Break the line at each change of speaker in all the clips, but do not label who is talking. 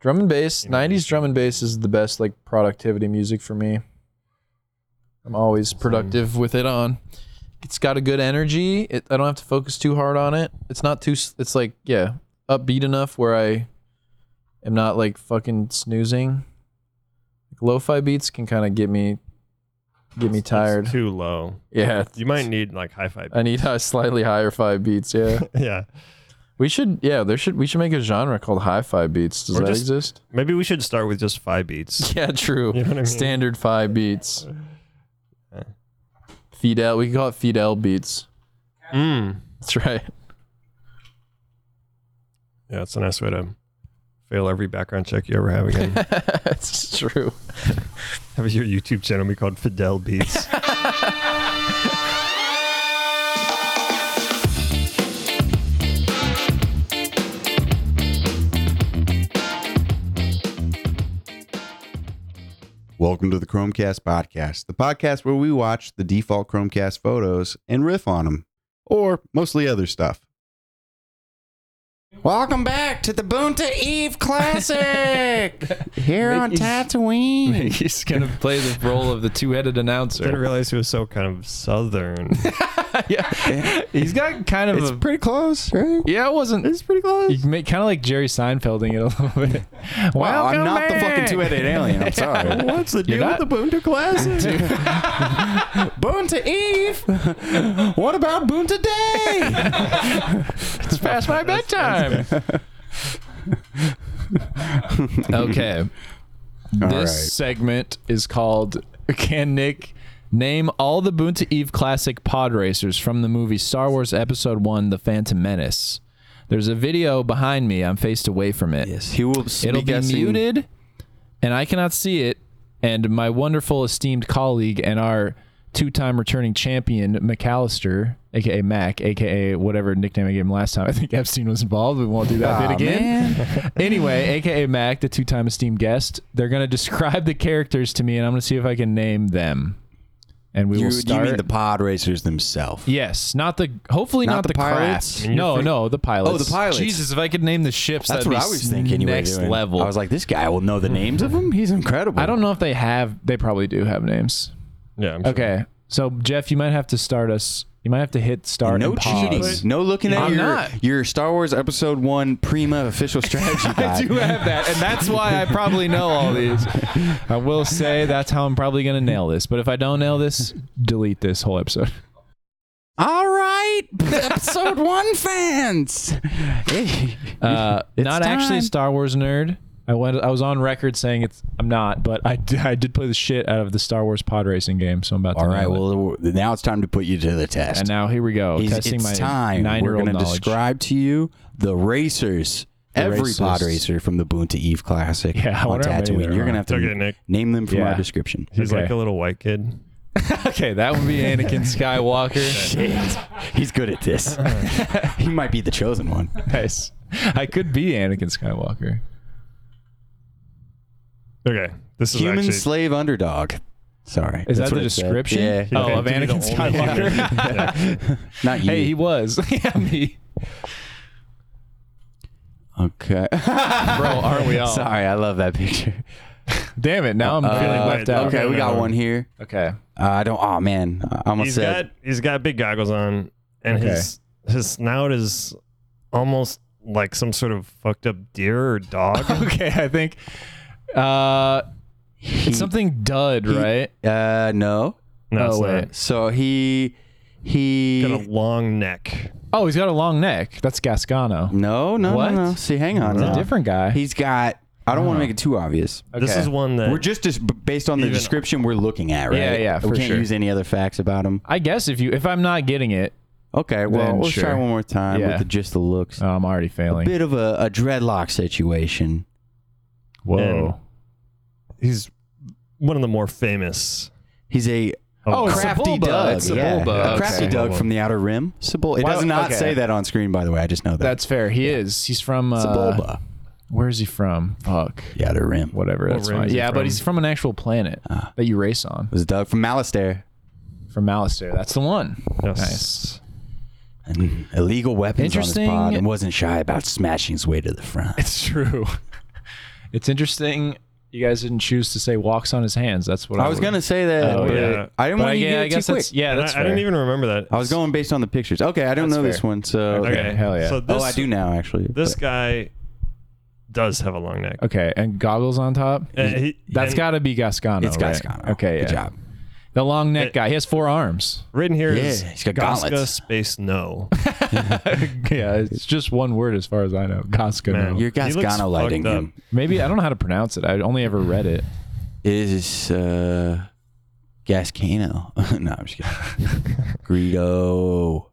Drum and bass,
You know,
90s drum and bass is the best like productivity music for me. I'm always productive with it on. It's got a good energy. It, I don't have to focus too hard on it. It's not too s- it's like yeah, upbeat enough where I am not like fucking snoozing. Like lo-fi beats can kind of get me get me
It's
tired.
too low.
Yeah.
You might need like hi-fi.
I need a slightly higher five beats, yeah.
yeah.
we should yeah, there should we should make a genre called hi-fi beats. Does
Or
that
just-
exist?
Maybe we should start with just five beats.
Yeah, true.
You know what I mean?
Standard five beats.
Okay.
Fidel, we can call it Fidel beats.
Mm.
That's right.
Yeah, it's a nice way to fail every background check you ever have again.
That's true.
have your YouTube channel be called Fidel Beats.
Welcome to the Chromecast Podcast, the podcast where we watch the default Chromecast photos and riff on them, or mostly other stuff. Welcome back to the Bunta Eve Classic here on Tatooine.
He's gonna play the role of the two-headed
Didn't
announcer.
realize he was so kind of southern.
yeah, he's got kind of
It's
a.
pretty close, right?
yeah, it wasn't.
It's pretty close.
You make kind of like Jerry Seinfelding it a little bit.
Wow, I'm
Welcome
not the fucking
back.
two-headed alien. I'm sorry.
What's the
You're
deal
not-
with the Boonta Classic?
Bunta Eve. what about Bunta Day?
It's past my bedtime. okay,
All
this
right.
segment is called "Can Nick Name All the Boonta Eve Classic Pod Racers from the movie Star Wars Episode One: The Phantom Menace." There's a video behind me. I'm faced away from it.
He will
It'll
be
be
guessing-
muted, and I cannot see it. And my wonderful esteemed colleague and our two-time returning champion McAllister, aka Mac, aka whatever nickname I gave him last time. I think Epstein was involved. We won't do that
Aw,
bit again.
man.
anyway, aka Mac, the two-time esteemed guest, they're gonna describe the characters to me, and I'm gonna see if I can name them. And we
You,
will
you
start.
mean the pod racers themselves?
Yes, not the hopefully
Not
not,
the
the,
pilots?
pilots.
I
mean, you're
no,
free-
no, the pilots.
the pilots.
Jesus, if I could name the ships,
That's
that'd
what I
be
was thinking. You were
Next
doing.
level.
I was like, this guy will know the names of them. He's incredible.
I don't know if they have. They probably do have names.
yeah. I'm sure.
Okay, so Jeff, you might have to start us. You might have to hit start.
No
and pause.
cheating. No looking at
I'm
your
not.
your Star Wars Episode One Prima official strategy
I do
guide.
have that, and that's why I probably know all these. I will say that's how I'm probably gonna nail this. But if I don't nail this, delete this whole episode.
All right, Episode One fans. Hey.
Uh,
It's
not actually
time.
a Star Wars nerd. I went. I was on record saying it's. I'm not, but I did, I did play the shit out of the Star Wars pod racing game. So I'm about to.
All
nail
right.
it.
Well, now it's time to put you to the test.
And now here we go.
He's-
testing
it's
my
time. We're
nine-year-old
gonna
knowledge.
describe to you the racers.
The
Every
racers.
pod racer from the Boon to Eve Classic
Yeah, I
on
wonder how many
Tatooine.
there
You're
are.
gonna have to
It's okay, Nick.
name them from
Yeah.
our description.
He's
Okay.
like a little white kid.
okay, that would be Anakin Skywalker.
Shit. He's good at this. he might be the chosen one.
nice. I could be Anakin Skywalker.
Okay. This is
Human
actually
slave underdog. Sorry.
Is
that's
that
what
the
it said.
description?
Yeah.
Oh, of
Okay,
Anakin
dude, the only
Skywalker.
human. Yeah.
Not you.
hey, he was. yeah, me.
okay.
Bro, aren't we all?
Sorry, I love that picture.
Damn it. Now I'm feeling
Uh,
left out.
Okay, we got
No.
one here.
Okay.
Uh, I don't. Oh man, I almost
He's
said.
got he's got big goggles on, and
Okay.
his his snout is almost like some sort of fucked up deer or dog.
Okay, I think uh
he-
it's something dud, right?
Uh, no.
no,
Oh,
it's not.
wait.
So he he.
Got a long neck.
Oh, he's got a long neck. That's Gascano.
no, no,
What?
no, no. See, hang on. Uh,
It's
now.
a different guy.
He's got. I don't want
Uh-huh.
to make it too obvious.
This
Okay.
is one that
We're just as, based on the
Even-
description we're looking at, right?
Yeah, yeah,
we
for
can't
sure.
use any other facts about him.
I guess if you if I'm not getting it,
Okay, well,
Then
let's try
sure.
one more time
Yeah.
with the, just the looks.
oh, I'm already failing.
Bit of a, a dreadlock situation.
Whoa.
he's one of the more famous.
He's a
Oh, it's crap.
crap.
crafty
Sebulba.
Doug.
It's
yeah.
Sebulba.
A
Okay.
crafty Doug from the Outer Rim. Sebulba. It
Why-
does not
okay.
say that on screen, by the way. I just know that.
That's fair. He is. He's from uh,
Sebulba.
where is he from? Fuck.
The Outer Rim.
Whatever.
What
That's
rim
fine.
is he
Yeah,
from?
but he's from an actual planet that you race on.
It was Doug from Malastare.
From Alistair. That's the one.
Yes.
Nice.
And illegal weapons on his
Interesting.
pod and wasn't shy about smashing his way to the front.
It's true. It's interesting. You guys didn't choose to say walks on his hands. That's what I,
I was
would-
gonna say that,
Oh,
but
yeah.
I
But
didn't want
I,
to
yeah,
get
I
it
guess
too quick.
that's yeah.
And
That's
I, I didn't
fair.
even remember that.
I was going based on the pictures. Okay, I don't
That's
know this
fair.
one, so
Okay,
Okay, hell yeah.
So this,
oh, I do now actually.
This guy does have a long neck.
Okay, and goggles on top.
And he-
That's
and
got to be Gascano.
It's
right?
Gascano.
Okay,
Good
yeah.
job.
The long neck
It-
guy. He has four arms.
written here
Yeah,
is
he's got
Gasca
gauntlets.
space no.
yeah, it's just one word as far as I know.
Man,
Gascano.
You're
He looks
Gascano lighting
fucked
him.
Maybe I don't know how to pronounce it. I only ever read it.
It is uh, Gascano. no, I'm just kidding. Greedo.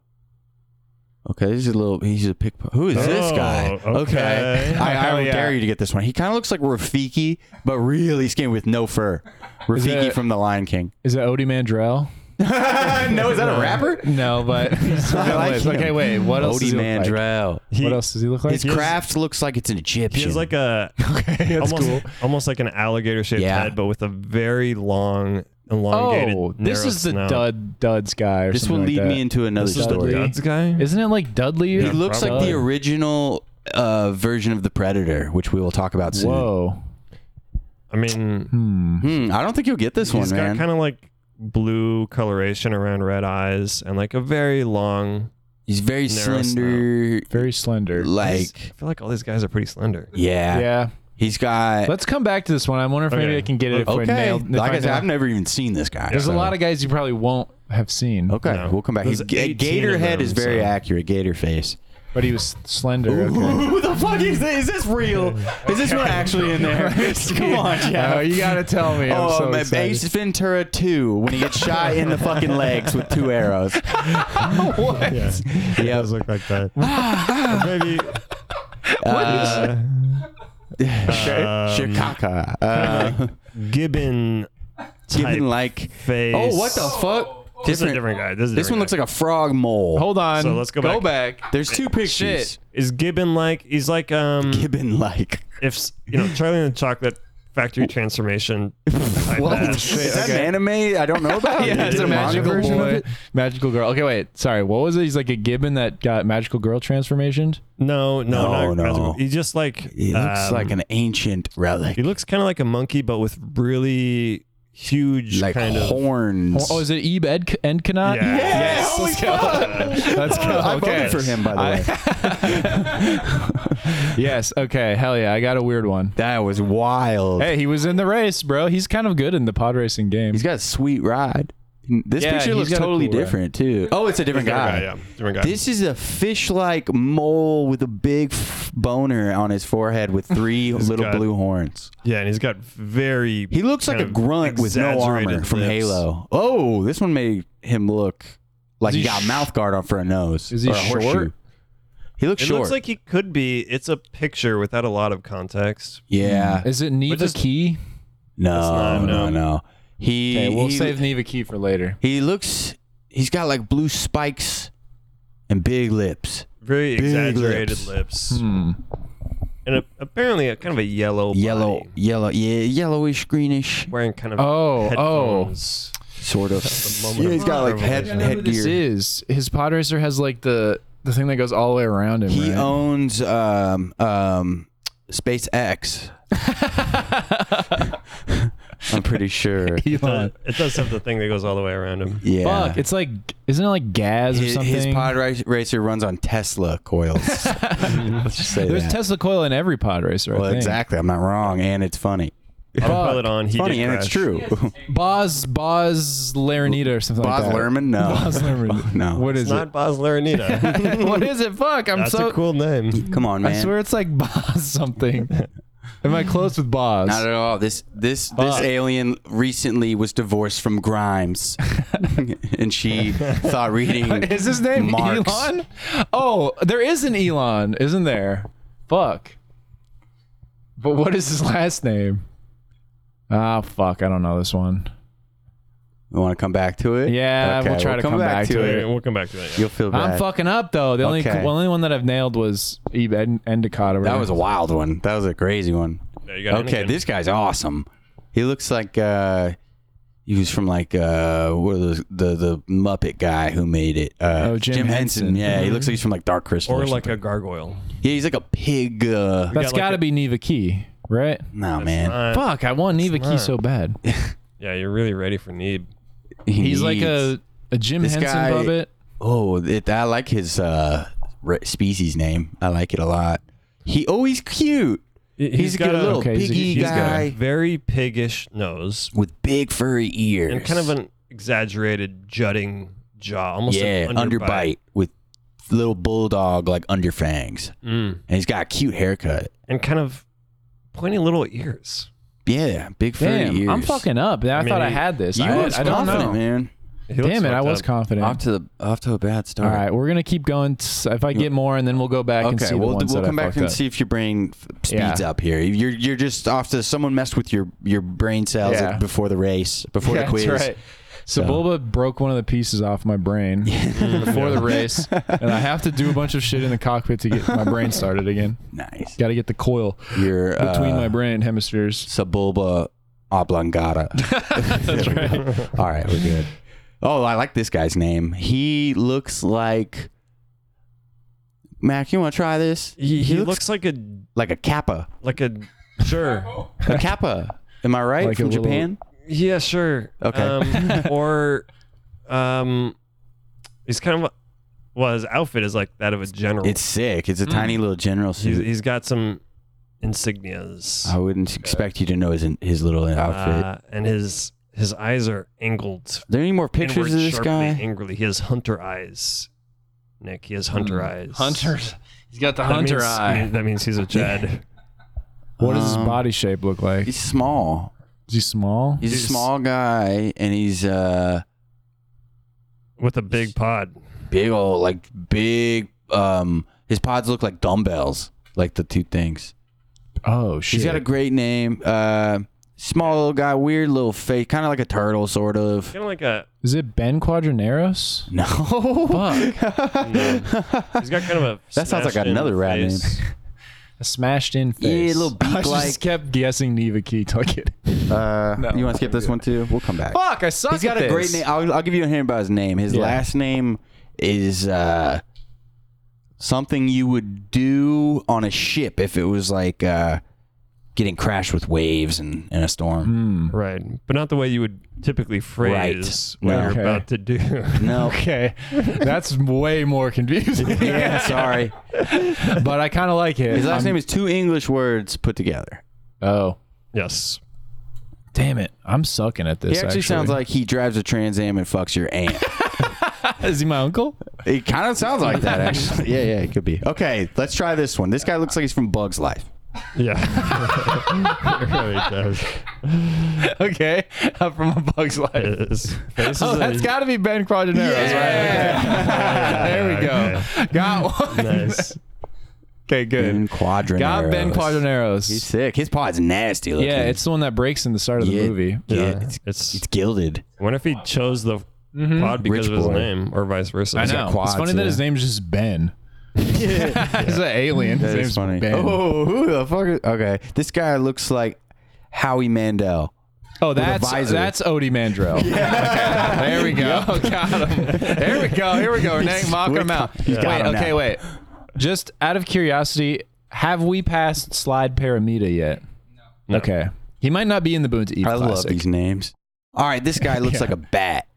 Okay, this is a little. He's a pickpocket. Who is this
Oh,
guy?
okay.
I, I
Hell
would
yeah.
dare you to get this one. He kind of looks like Rafiki, but really skinny with no fur.
Is
Rafiki
it-
from The Lion King.
Is it Odie Mandrell?
no, is that a rapper?
No, but
I like him.
okay. Wait, what else?
Odie
does he look like?
Mandrell.
He,
What else does he look like?
His
He has-
craft looks like it's an Egyptian.
He has like a
Okay, that's
almost
cool.
almost like an alligator shaped
Yeah.
head, but with a very long, elongated.
Oh, this
narrow
is the
snout.
Dud Duds guy. Or
this will
something
lead
like
me
that.
into another
This is the
story.
Duds guy.
Isn't it like Dudley?
He
Yeah,
looks like the
probably.
original uh, version of the Predator, which we will talk about soon.
Whoa.
I mean,
Hmm.
Hmm, I don't think you'll get this
He's
one,
got
man.
kind of like blue coloration around red eyes and like a very long.
He's very
narrow
slender.
Very slender.
I
Like,
feel like all these guys are pretty slender.
yeah.
yeah.
He's got.
Let's come back to this one. I wonder if maybe
Okay.
I can get it if we
okay.
nailed. if
like I said,
nail-
I've never even seen Oh. this guy.
There's a
so.
lot of guys you probably won't have seen,
Okay,
No.
we'll come back.
There's
He's, a
18
gator
of
head
them,
is very
so-
accurate. Gator face.
but he was slender. Okay.
Who the fuck is this? Is this real? Is this one actually in there? Come on,
Oh,
Jeff.
you gotta tell me. I'm
Oh,
so
my
excited.
Ace Ventura 2 when he gets shot in the fucking legs with two arrows. what?
Yeah, he
Yeah.
does look like that. Or maybe
Uh,
um,
Shikaka. Uh,
Gibbon type
given like.
face.
Oh, what the fuck?
This is a different guy. This, is a
This
different
one looks
guy.
like a frog mole.
Hold on.
So let's go
Go
back.
back.
There's two pictures.
Shit.
Is Gibbon like? He's like um.
Gibbon like.
If s- you know Charlie and the Chocolate Factory transformation. type ass.
Is that an anime I don't know about?
Yeah,
Is
it's
it
a
manga
magical
version of
boy,
it?
magical girl. Okay, wait. Sorry, what was it? He's like a gibbon that got magical girl transformationed.
No, no,
No,
not
no.
He just like
He looks
um,
like an ancient relic.
He looks kind of like a monkey, but with really huge
Like
kind of.
horns.
Oh, is it Ebe Ed- Endkanat?
Yeah. Yeah,
Yes. Let's go. Let's go.
I voted
Okay.
for him, by the way.
Yes. Okay. Hell yeah. I got a weird one.
That was wild.
Hey, he was in the race, bro. He's kind of good in the pod racing game.
He's got a sweet ride. This
Yeah,
picture
he's
looks
got a
totally
cool ride.
different too. Oh, it's a different
Different
guy.
guy, yeah, different guy.
This is a fish-like mole with a big f- boner on his forehead with three little
got-
blue horns.
yeah, and he's got very.
He looks like
kind
a
of
grunt with no armor
exaggerated
from
lips.
Halo. Oh, this one made him look like
Is
he,
he
got a
sh-
mouth guard on for a nose.
Is he
or a horseshoe.
short?
He looks
It
short.
looks like he could be. It's a picture without a lot of context.
yeah.
Is it Neva
is-
Key?
No,
Hmm. not-
no,
no.
no. He
Okay, we'll
he,
save Neva Key for later.
he looks he's got like blue spikes and big lips.
Very exaggerated
lips.
lips,
Hmm.
and a, apparently a kind of a yellow.
Yellow,
body,
yellow, yeah, yellowish, greenish,
wearing kind of.
Oh, oh.
headphones.
sort of.
the moment
Yeah,
of
he's got like head,
revelation.
This
headgear.
is his pod racer has like the the thing that goes all the way around him.
He
right?
owns um um SpaceX. I'm pretty sure.
Elon.
It does have the thing that goes all the way around him.
Yeah.
Fuck, it's like isn't it like gas or
his,
something?
his pod ra- racer runs on Tesla coils. Let's just say
There's
that.
Tesla coil in every pod racer. I
well,
think.
exactly. I'm not wrong, and it's funny.
Autopilot on. He
funny,
did
and
crash.
it's true.
Boz Boz Laranita or something
Boz
like that.
Lerman, no.
Boz Lerman.
No.
What
It's
is
not Baz Luhrmann.
it? what is it? Fuck, I'm
That's
so.
a cool name.
Come on, man.
I swear it's like Boz something. Am I close with Boz?
Not at all. This this this
Fuck.
alien recently was divorced from Grimes, and she thought reading
Is his name
Marx.
Elon? Oh, there is an Elon, isn't there? Fuck. But what is his last name? Ah, fuck. I don't know this one.
You want to come back to it?
Yeah, we'll try to come back to it.
We'll come back to that. yeah.
You'll feel bad.
I'm fucking up though. The only
Okay.
well, only one that I've nailed was E Eve End- Endicott. Or
that
whatever.
was a wild one. That was a crazy one.
Yeah, you got
Okay,
Anakin.
this guy's awesome. He looks like uh, he was from like uh, what are those, the the Muppet guy who made it? Uh,
Oh, Jim Henson. Mm-hmm.
Yeah, he looks like he's from like Dark Crystal,
or like a gargoyle.
yeah, he's like a pig. Uh,
That's
got like
got to
a-
be Neva Key. right?
No,
That's
man.
not-
Fuck, I want Neva
not.
Key so bad.
yeah, you're really ready for Neeb.
He
He's like
needs-
a, a Jim
This
Henson
guy-
puppet.
Oh, it, I like his uh, re- species name. I like it a lot. He always cute.
He-
He's, a good little
okay, he's a-
piggy
he's got
guy
a very piggish nose
with big furry ears
and kind of an exaggerated jutting jaw, almost
yeah
an
underbite.
underbite.
with little bulldog like underfangs,
Mm.
and he's got a cute haircut.
and kind of pointy little ears.
Yeah, big furry
Damn,
ears.
I'm fucking up. I,
mean,
thought I
he-
had this.
You
I,
was
I don't
confident,
know.
man.
He looks
Damn it, I
fucked
was
up.
confident.
Off to the off to a bad
All
start.
right, we're gonna keep going. t- If I get more, and then we'll go back and
Okay,
see the
we'll,
ones
we'll
that I
come back
fucked
and
up.
see if your brain f- speeds
Yeah.
up here. You're you're just off to someone messed with your your brain cells
Yeah.
at- before the race, before the
That's
quiz.
right. So,
So-
Bulba broke one of the pieces off my brain before the race, and I have to do a bunch of shit in the cockpit to get my brain started again.
Nice.
Got to get the coil
You're
between
uh,
my brain hemispheres.
subulba oblongata. That's right. All right, we're good. Oh, I like this guy's name. He looks like Mac. You want to try this?
He, he
looks-
looks like a
Like a kappa.
like a sure.
A kappa. Am I right?
Like a
From
little-
Japan?
Yeah, sure.
Okay.
Um, or um, he's kind of well, his outfit is like that of a general.
It's sick.
Mm.
It's a tiny little general
he's,
suit.
he's got some insignias.
I wouldn't expect you to know his his little outfit.
uh, and his his eyes are angled.
Are there any more pictures
inward
of this
sharply,
guy? Hmm.
Angrily, he has hunter eyes. Nick, he has hunter eyes.
He's got the
That means, That means he's a Chad.
What does his
Um,
body shape look like?
He's small.
Is he small?
He's a
He's-
small guy, and he's uh
with a big pod.
big old like big um his pods look like dumbbells like the two things
Oh shit!
he's got a great name uh small little guy weird little face kind of like a turtle sort of
Kind of like a.
Is it Ben Quadraneros?
no
Fuck!
no. He's got kind of a.
That sounds like
smashed-in
another rat name.
face.
A smashed in
Yeah,
face.
little beak
I
like-
just kept guessing Neva Key till I get.
uh
No,
you want to skip this one too we'll come back
Fuck! I suck.
he's got a great name I'll, I'll give you a hint about his name his
Yeah.
last name is uh something you would do on a ship if it was like uh getting crashed with waves and in a storm
Hmm.
Right, but not the way you would typically phrase what
No.
you're
Okay.
about to do.
Mm.
no
Okay, that's way more confusing.
yeah sorry
but I kind of like it.
His last
I'm-
name is two English words put together.
Oh,
yes.
damn it! I'm sucking at this.
He actually, sounds like he drives a Trans Am and fucks your aunt.
is he my uncle?
it kind of sounds like that, actually. Yeah, yeah, it could be. Okay, let's try this one. This guy looks like he's from Bug's Life.
Yeah. It really does.
okay, I'm from a Bug's Life.
His face
Oh,
is
that's got to be Ben Quadraneros, right? Okay. there we go. Got one.
nice.
Okay,
Ben
good.
Quadrineros.
Got Ben
He's
Quadraneros.
sick. His pod's nasty looking.
Yeah, it's the one that breaks in the start of the
Yeah.
movie.
yeah.
Yeah,
It's,
it's.
it's gilded.
I wonder if he chose the pod because
Rich
of his
boy.
name, or vice versa.
I
He's
know.
got
quads,
it's funny
yeah.
that his name's just Ben. He's an alien. His
That
name's
is funny.
Ben.
Oh, who the fuck? Is, okay, this guy looks like Howie Mandel.
Oh, that's
visor.
that's Odie Mandrell. Okay, There we go. Got him. There we go. Here we go. Renee, mocking him out.
He's got
wait,
him now.
okay, wait. Just out of curiosity, have we passed Slide Paramita yet? No. Okay. He might not be in the Boon to Eat
I love
Classic.
these names. All right, this guy looks like a bat.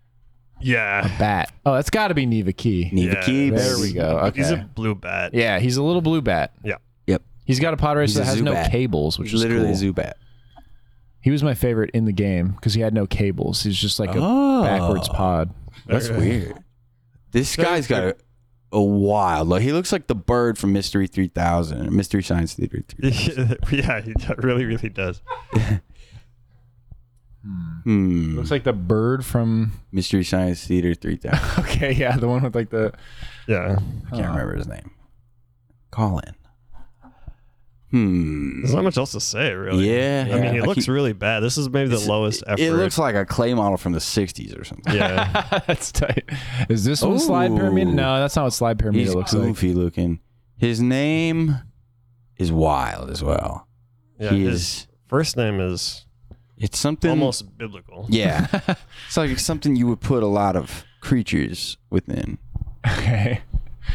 Yeah.
Bat. Oh, that's got to be Neva Key.
Neva
Yeah,
Keeps.
There we go. Okay.
He's a blue bat.
yeah, he's a little blue bat.
Yep.
He's got a pod racer
He's a
that has no
Zubat.
cables, which is
Literally
cool.
a Zubat.
He was my favorite in the game because he had no cables. He's just like a
Oh.
backwards pod.
That's weird. This guy's got a, a wild look. He looks like the bird from Mystery 3000, Mystery Science Theater 3000.
yeah, he do- really, really does.
Hmm.
Looks like the bird from
Mystery Science Theater 3000. I
Okay, yeah, the one with like the
Yeah.
can't remember his name. Colin. Hmm.
There's not much else to say, really.
Yeah.
I mean,
Yeah.
it
I
looks
keep-
really bad. This is maybe the lowest effort.
It looks like a clay model from the 60s or something.
Yeah.
that's tight. Is this one slide
Ooh.
pyramid? No, that's not what slide pyramid
He's
looks like.
goofy looking. His name is wild as well.
yeah
he
his
is.
first name is
It's something.
almost biblical.
Yeah. it's like something you would put a lot of creatures within.
Okay.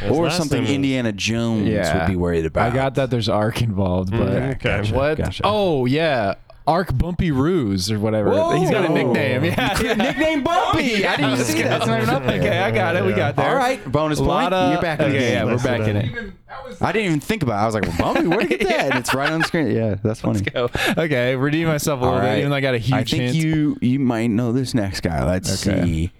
His
or
last
something
name
Indiana Jones
Yeah.
would be worried about.
I got that there's arc involved, but
Mm,
Okay. Gotcha,
what?
gotcha.
Oh yeah, Arc Bumpy Ruse or whatever.
Whoa!
He's got a
No.
nickname. Yeah,
nickname Bumpy. I didn't even see that. That's not even up.
Okay, I got it. We got there.
All right, bonus
A
point.
lot of-
You're back in the
okay,
game.
yeah, we're
Let's
back
do
in
that.
it.
I didn't even think about. it. I was like, well, Bumpy, where'd you get that? And it's right on the screen. Yeah, that's funny.
go. Okay, redeem myself a
All
little
right.
bit, even though I got a huge
I think
hint.
you you might know this next guy. Let's
Okay.
see.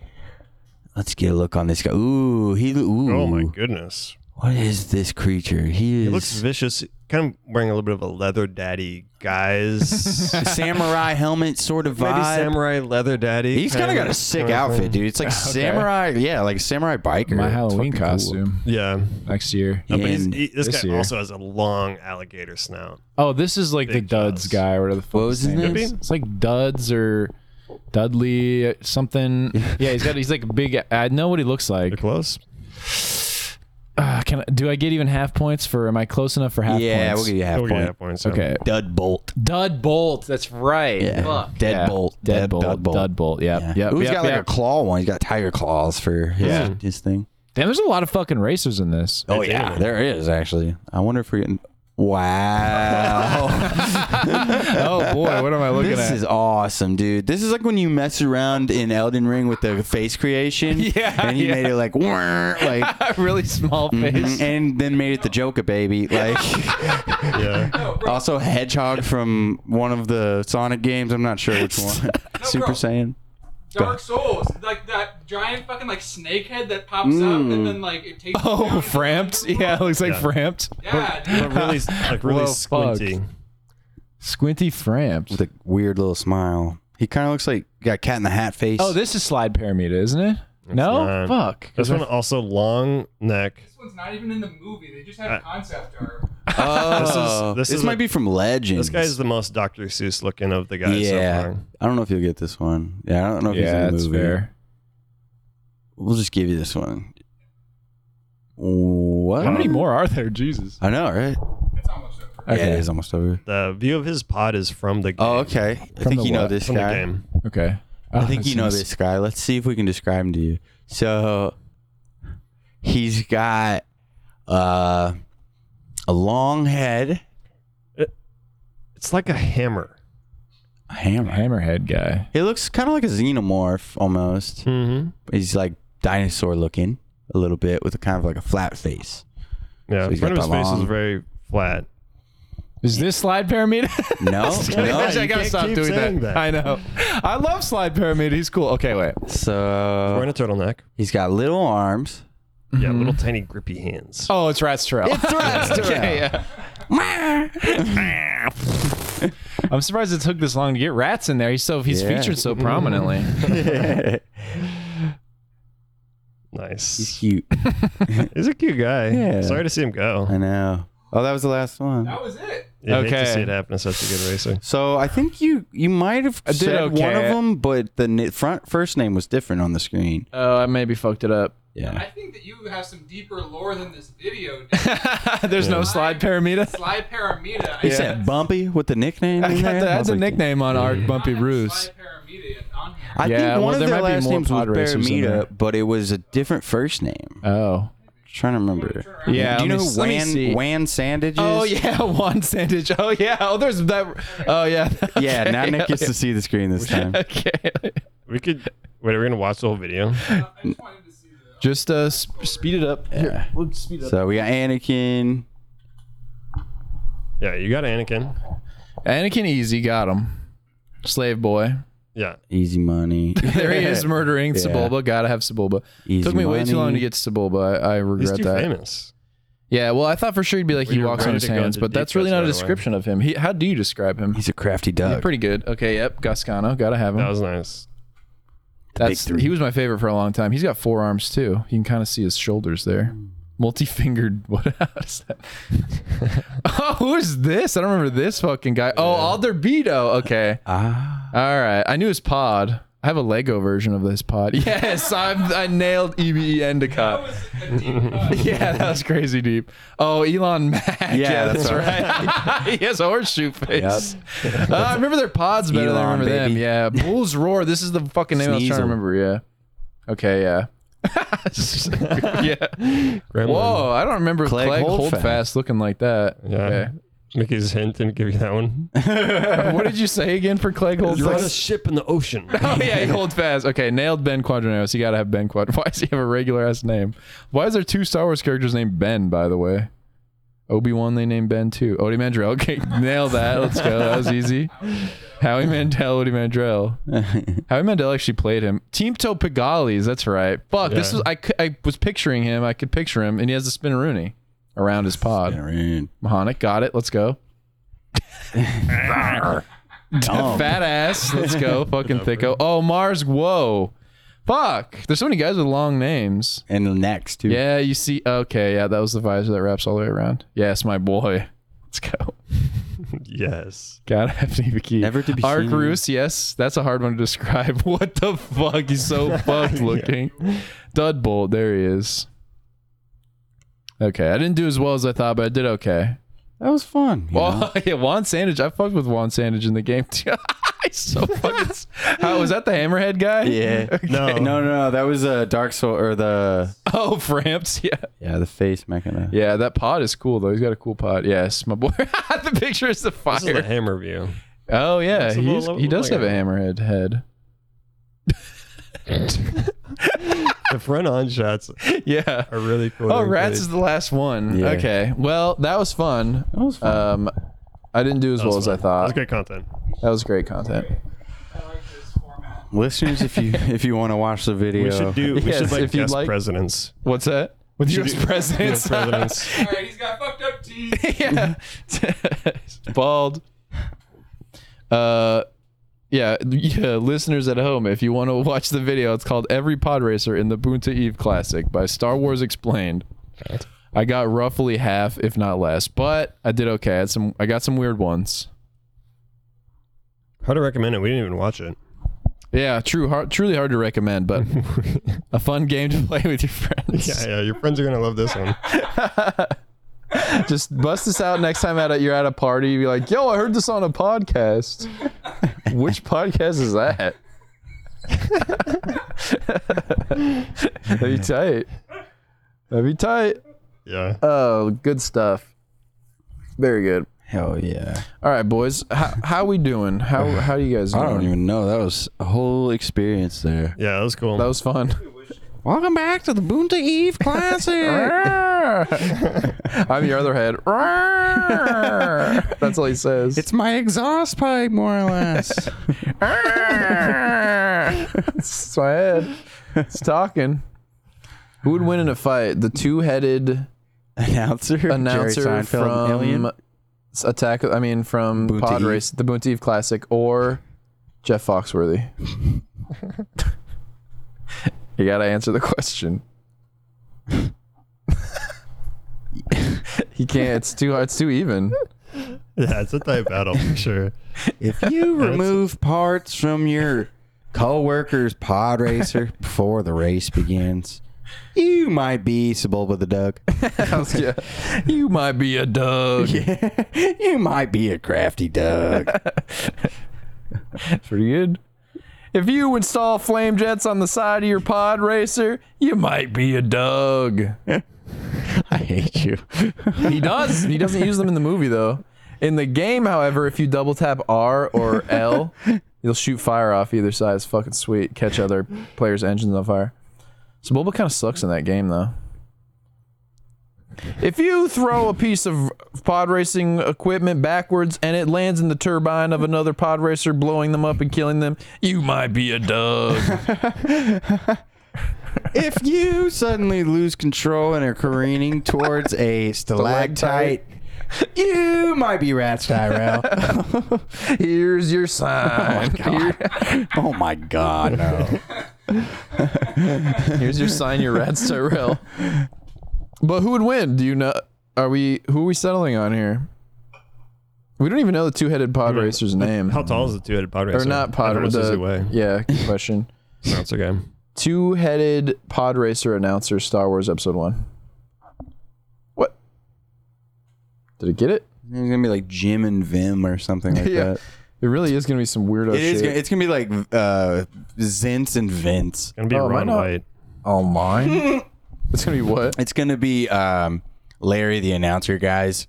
Let's get a look on this guy. Ooh, he. Ooh,
Oh my goodness.
What is this creature? He
He
is
looks vicious. Kind of wearing a little bit of a leather daddy guys.
a samurai helmet sort of
Maybe
vibe.
samurai leather daddy.
He's kind of got a sick
kinda
outfit,
thing.
dude. It's like samurai, yeah, like samurai biker.
my
It's
Halloween
fucking cool.
costume
Yeah.
next year.
No, but he's,
And
he, this,
this
guy
year.
also has a long alligator snout.
Oh, this is like the
Big
Duds
Jaws.
guy or whatever the fuck.
What was his name?
be.
It's like Duds or Dudley something. Yeah, he's got he's like a big. I know what he looks
You're
like.
close.
Uh, can I, do I get even half points for? Am I close enough for half
yeah, we'll
points?
give you half
We'll get
point.
half points, yeah.
Okay.
Dud bolt.
Dud Bolt. That's right.
Yeah.
Fuck.
Deadbolt.
Yeah.
Dead-
Deadbolt.
Dudbolt.
Dudbolt. Yep.
Yeah.
Yep.
Ooh, he's
yep,
got like a
yep.
claw one. He's got tiger claws for his,
Yeah.
his thing.
Damn, there's a lot of fucking racers in this.
Oh yeah, there is actually. I wonder if we're getting. Wow.
oh boy, what am I looking
This
at?
is awesome, dude. This is like when you mess around in Elden Ring with the face creation.
Yeah,
And you
yeah.
made it like, "Wah," like
really small face.
mhm, and then made it the Joker baby. Like
Yeah.
also Hedgehog from one of the Sonic games. I'm not sure which one. Super
bro.
Saiyan.
Dark Souls, like that giant fucking like snake head that pops up and then like it takes. you down
Oh,
into the
Framped.
underworld.
Yeah, it looks like
Yeah.
Framped.
Yeah, dude.
But really, like really
Well, fuck.
squinty.
Squinty Framped.
With a weird little smile. He kind of looks like got cat in the hat face.
Oh, this is Slide Paramita, isn't it? no?
not.
Fuck.
This one also long neck.
This one's not even in the movie. They just had
Uh,
a concept art.
Oh.
is- this is
might
like-
be from Legends.
This guy is the most Dr. Seuss looking of the guys
yeah.
so far.
I don't know if you'll get this one. Yeah, I don't know if he's in
yeah,
the
that's
movie.
fair.
We'll just give you this one. What?
How many more are there? Jesus.
I know, right?
It's almost over.
Yeah,
Okay.
it's almost over.
The view of his pod is from the game.
Oh, okay. I
From
think
the
you know
what?
this
From the
guy.
game.
Okay.
I
Oh,
think you know
seems-
this guy. Let's see if we can describe him to you. So he's got uh, a long head,
It's like a hammer.
a hammer.
Hammerhead guy.
He looks kind of like a xenomorph
Hmm.
almost.
Mm-hmm.
He's like dinosaur looking a little bit with a kind of like a flat face.
Yeah.
So he's
front
got
of his
that
face is
long-
very flat.
Is this Slide Paramita?
No, no.
I gotta
can't
stop
keep
doing
saying
that.
that.
I know. I love Slide Paramita. He's cool. Okay, wait.
So
Wearing a turtleneck.
he's got little arms.
Yeah,
Mm-hmm.
little tiny grippy hands.
Oh, it's Rat's Trail. It's Rat's Trail. okay, yeah. I'm surprised it took this long to get Rats in there. He's so he's
Yeah.
featured so prominently.
He's
Nice.
cute.
He's a cute guy.
Yeah.
Sorry to see him
I
go.
know. Oh, that was the last one.
That was it.
I hate to
Okay.
see it happen to such a good racer.
So I think you you might have
did
said one
okay.
of them, but the ni- front first name was different on the screen.
oh, I maybe fucked it up.
Yeah.
I think that you have some deeper lore than this video. Dude.
There's no Slide Paramita.
Sly Paramita.
He said Bumpy with the nickname.
I
in
got
there.
that.
I
That's
was
a
like,
nickname on Art
I
Bumpy
have
Ruse.
Sly Paramita yet on here.
I
Yeah,
think one
well,
of
there
their
might be
last
more
names was
pod racers in there.
Paramita, but it was a different first name.
Oh.
I'm trying to
Turn
remember.
around.
Yeah.
Do
let
you know
me-
who
let me
Wan
see.
Wan Sandage is?
Oh yeah, Juan Sandage. Oh yeah. Oh, there's that. Oh yeah.
Yeah, now
Okay,
Nick gets to see the screen this time.
Okay.
We could. Wait, are we gonna watch the whole video?
I just wanted to see the.
Just uh, sp- speed it up.
Yeah.
we'll speed it up.
So we got Anakin.
Yeah, you got Anakin.
Anakin Easy got him. Slave boy.
Yeah.
Easy money.
There he is murdering
Yeah.
Sebulba. Gotta have Sebulba.
Easy
Took me way too
money.
long to get to Sebulba. I, I
He's
regret
too
that.
famous.
Yeah, well, I thought for sure he'd be like
We
he
were
walks on
ready
his
to go
hands,
into
but that's
details
really not
right
a
away.
description of him. He, how do you describe him?
He's a crafty
Yeah,
duck.
pretty good. Okay, yep, Gascano. Gotta have
That
him.
was nice.
That's
three.
he was my favorite for a long time. He's got four arms too. You can kind of see his shoulders there. Multi-fingered. What is that? oh, who is this? I don't remember this fucking guy. Oh, Alder Beto. Okay.
ah.
All right. I knew his pod. I have a Lego version of this pod. Yes, I'm, I nailed E EBE Endicott.
A deep cut.
Yeah, that was crazy deep. Oh, Elon Mac. Yeah, that's,
that's
right. he has a horseshoe face. Uh, I remember their pods better than I
Elon,
remember them.
baby.
Yeah, Bulls Roar. This is the fucking name I was trying
Sneasel.
to remember. Yeah. Okay, yeah. yeah.
Gremlin.
Whoa, I don't remember
Clegg
Clegg,
Holdfast.
Holdfast. looking like that.
Yeah. Mickey's hint didn't give you that one.
Okay. what did you say again for Clegg
You're on a
Holdfast?
ship in the ocean.
Oh yeah, Holdfast. Okay, nailed Ben Quadraneros. You gotta have Ben Quad. Why does he have a regular ass name? Why is there two Star Wars characters named Ben? By the way, Obi Wan they named Ben too. Odie Mandrell. Okay, nail that. Let's go. That was easy. Howie Mandel, Odie Mandrell. Howie Mandel actually played him. Teamto Pigalis, that's right. Fuck, this
Yeah.
was I, cou- I was picturing him. I could picture him, and he has a spinneroonie around his pod. Mahonic, got it. Let's go.
Dumb.
Fat ass. Let's go. Fucking thicko. Oh, Mars. Whoa. Fuck. There's so many guys with long names.
And the next too.
Yeah, you see. Okay, yeah, that was the visor that wraps all the way around. Yes, my boy. Let's go.
yes.
Gotta have Neva Key.
Never to be
Arc
seen.
Roos, yes. That's a hard one to describe. What the fuck? He's so fucked looking. Dudbolt, there he is. Okay, I didn't do as well as I thought, but I did okay.
That was fun. you know?
Well, yeah, Juan Sandage. I fucked with Juan Sandage in the game too. He's so fucking. s- How was that the Hammerhead guy?
Yeah.
No.
No, no, no. That was a Dark Soul or the
Oh, Framps. Yeah.
yeah the face mecha.
Yeah, that pod is cool though. He's got a cool pod. Yes, my boy. the picture is the fire.
This is the hammer view.
Oh yeah,
It's a
he's,
little-
he does
like
have
a-
a hammerhead head.
The front on shots
Yeah.
are really cool.
Oh, rats is the last one.
Yeah.
Okay. Well, that was fun.
That was fun.
Um, I didn't do as well as I
That's
thought.
good content.
That was great content.
I like this format.
Listeners, if you if you want to watch the video,
We should do. We
Yes,
should like
if you'd
guest
like-
presidents.
What's that? With U.S. presidents.
Guest presidents.
All right, he's got fucked up teeth.
yeah. Bald. Uh yeah, yeah, listeners at home, if you want to watch the video, it's called Every Pod Racer in the Bunta Eve Classic by Star Wars Explained. I got roughly half, if not less, but I did okay. I had some I got some weird ones.
Hard to recommend it. We didn't even watch it.
Yeah, true hard, truly hard to recommend, but a fun game to play with your friends.
Yeah, yeah. Your friends are gonna love this one.
Just bust this out next time at a, you're at a party. You'd be like, yo, I heard this on a podcast. Which podcast is that? That'd be tight. That'd be tight.
Yeah.
Oh, good stuff. Very good.
Hell yeah!
All right, boys. How how we doing? How how you guys
I
doing?
don't even know. That was a whole experience there.
Yeah, that was cool.
That was fun.
Welcome back to the Bunta Eve Classic.
I'm your other head. That's all he says.
it's my exhaust pipe, more or less.
it's my head. It's talking. Who would win in a fight? The two-headed
announcer, Jerry
announcer
Seinfeld,
from
Alien.
s- Attack. I mean, from
Boonta
Pod
Eve.
Race, the Boonta Eve Classic, or Jeff Foxworthy. you gotta answer the question. he can't. It's too hard. It's too even.
yeah, it's a tight battle for sure.
If you remove parts from your co-worker's pod racer before the race begins, you might be Sebulba the Duck.
Yeah. You might be a dog.
you might be a crafty Doug.
Pretty good. If you install flame jets on the side of your pod racer, you might be a dog.
I hate you.
He does. He doesn't use them in the movie though. In the game, however, if you double tap R or L, you'll shoot fire off either side. It's fucking sweet. Catch other players' engines on fire. So Bulba kind of sucks in that game though. If you throw a piece of pod racing equipment backwards and it lands in the turbine of another pod racer, blowing them up and killing them, you might be a dog.
if you suddenly lose control and are careening towards a stalactite, you might be Rats Tyrell.
Here's your sign.
oh my god, no.
Here's your sign, your rats Tyrell. But who would win? Do you know? Are we who are we settling on here? We don't even know the two-headed pod racer's name,
How tall is the two-headed pod racer?
or not pod
Everyone says
the-
it way.
Yeah, good question.
That's okay.
two-headed pod racer announcer, Star Wars Episode One. What? Did it get it?
It's gonna be like Jim and Vim or something like
Yeah.
that.
It really is gonna be some weirdo
It is.
shit.
Gonna, it's gonna be like uh, Zints and Vince.
Gonna be
Oh, why
Ron
not?
White.
Online? it's gonna be what?
It's gonna be um, Larry the announcer, guys.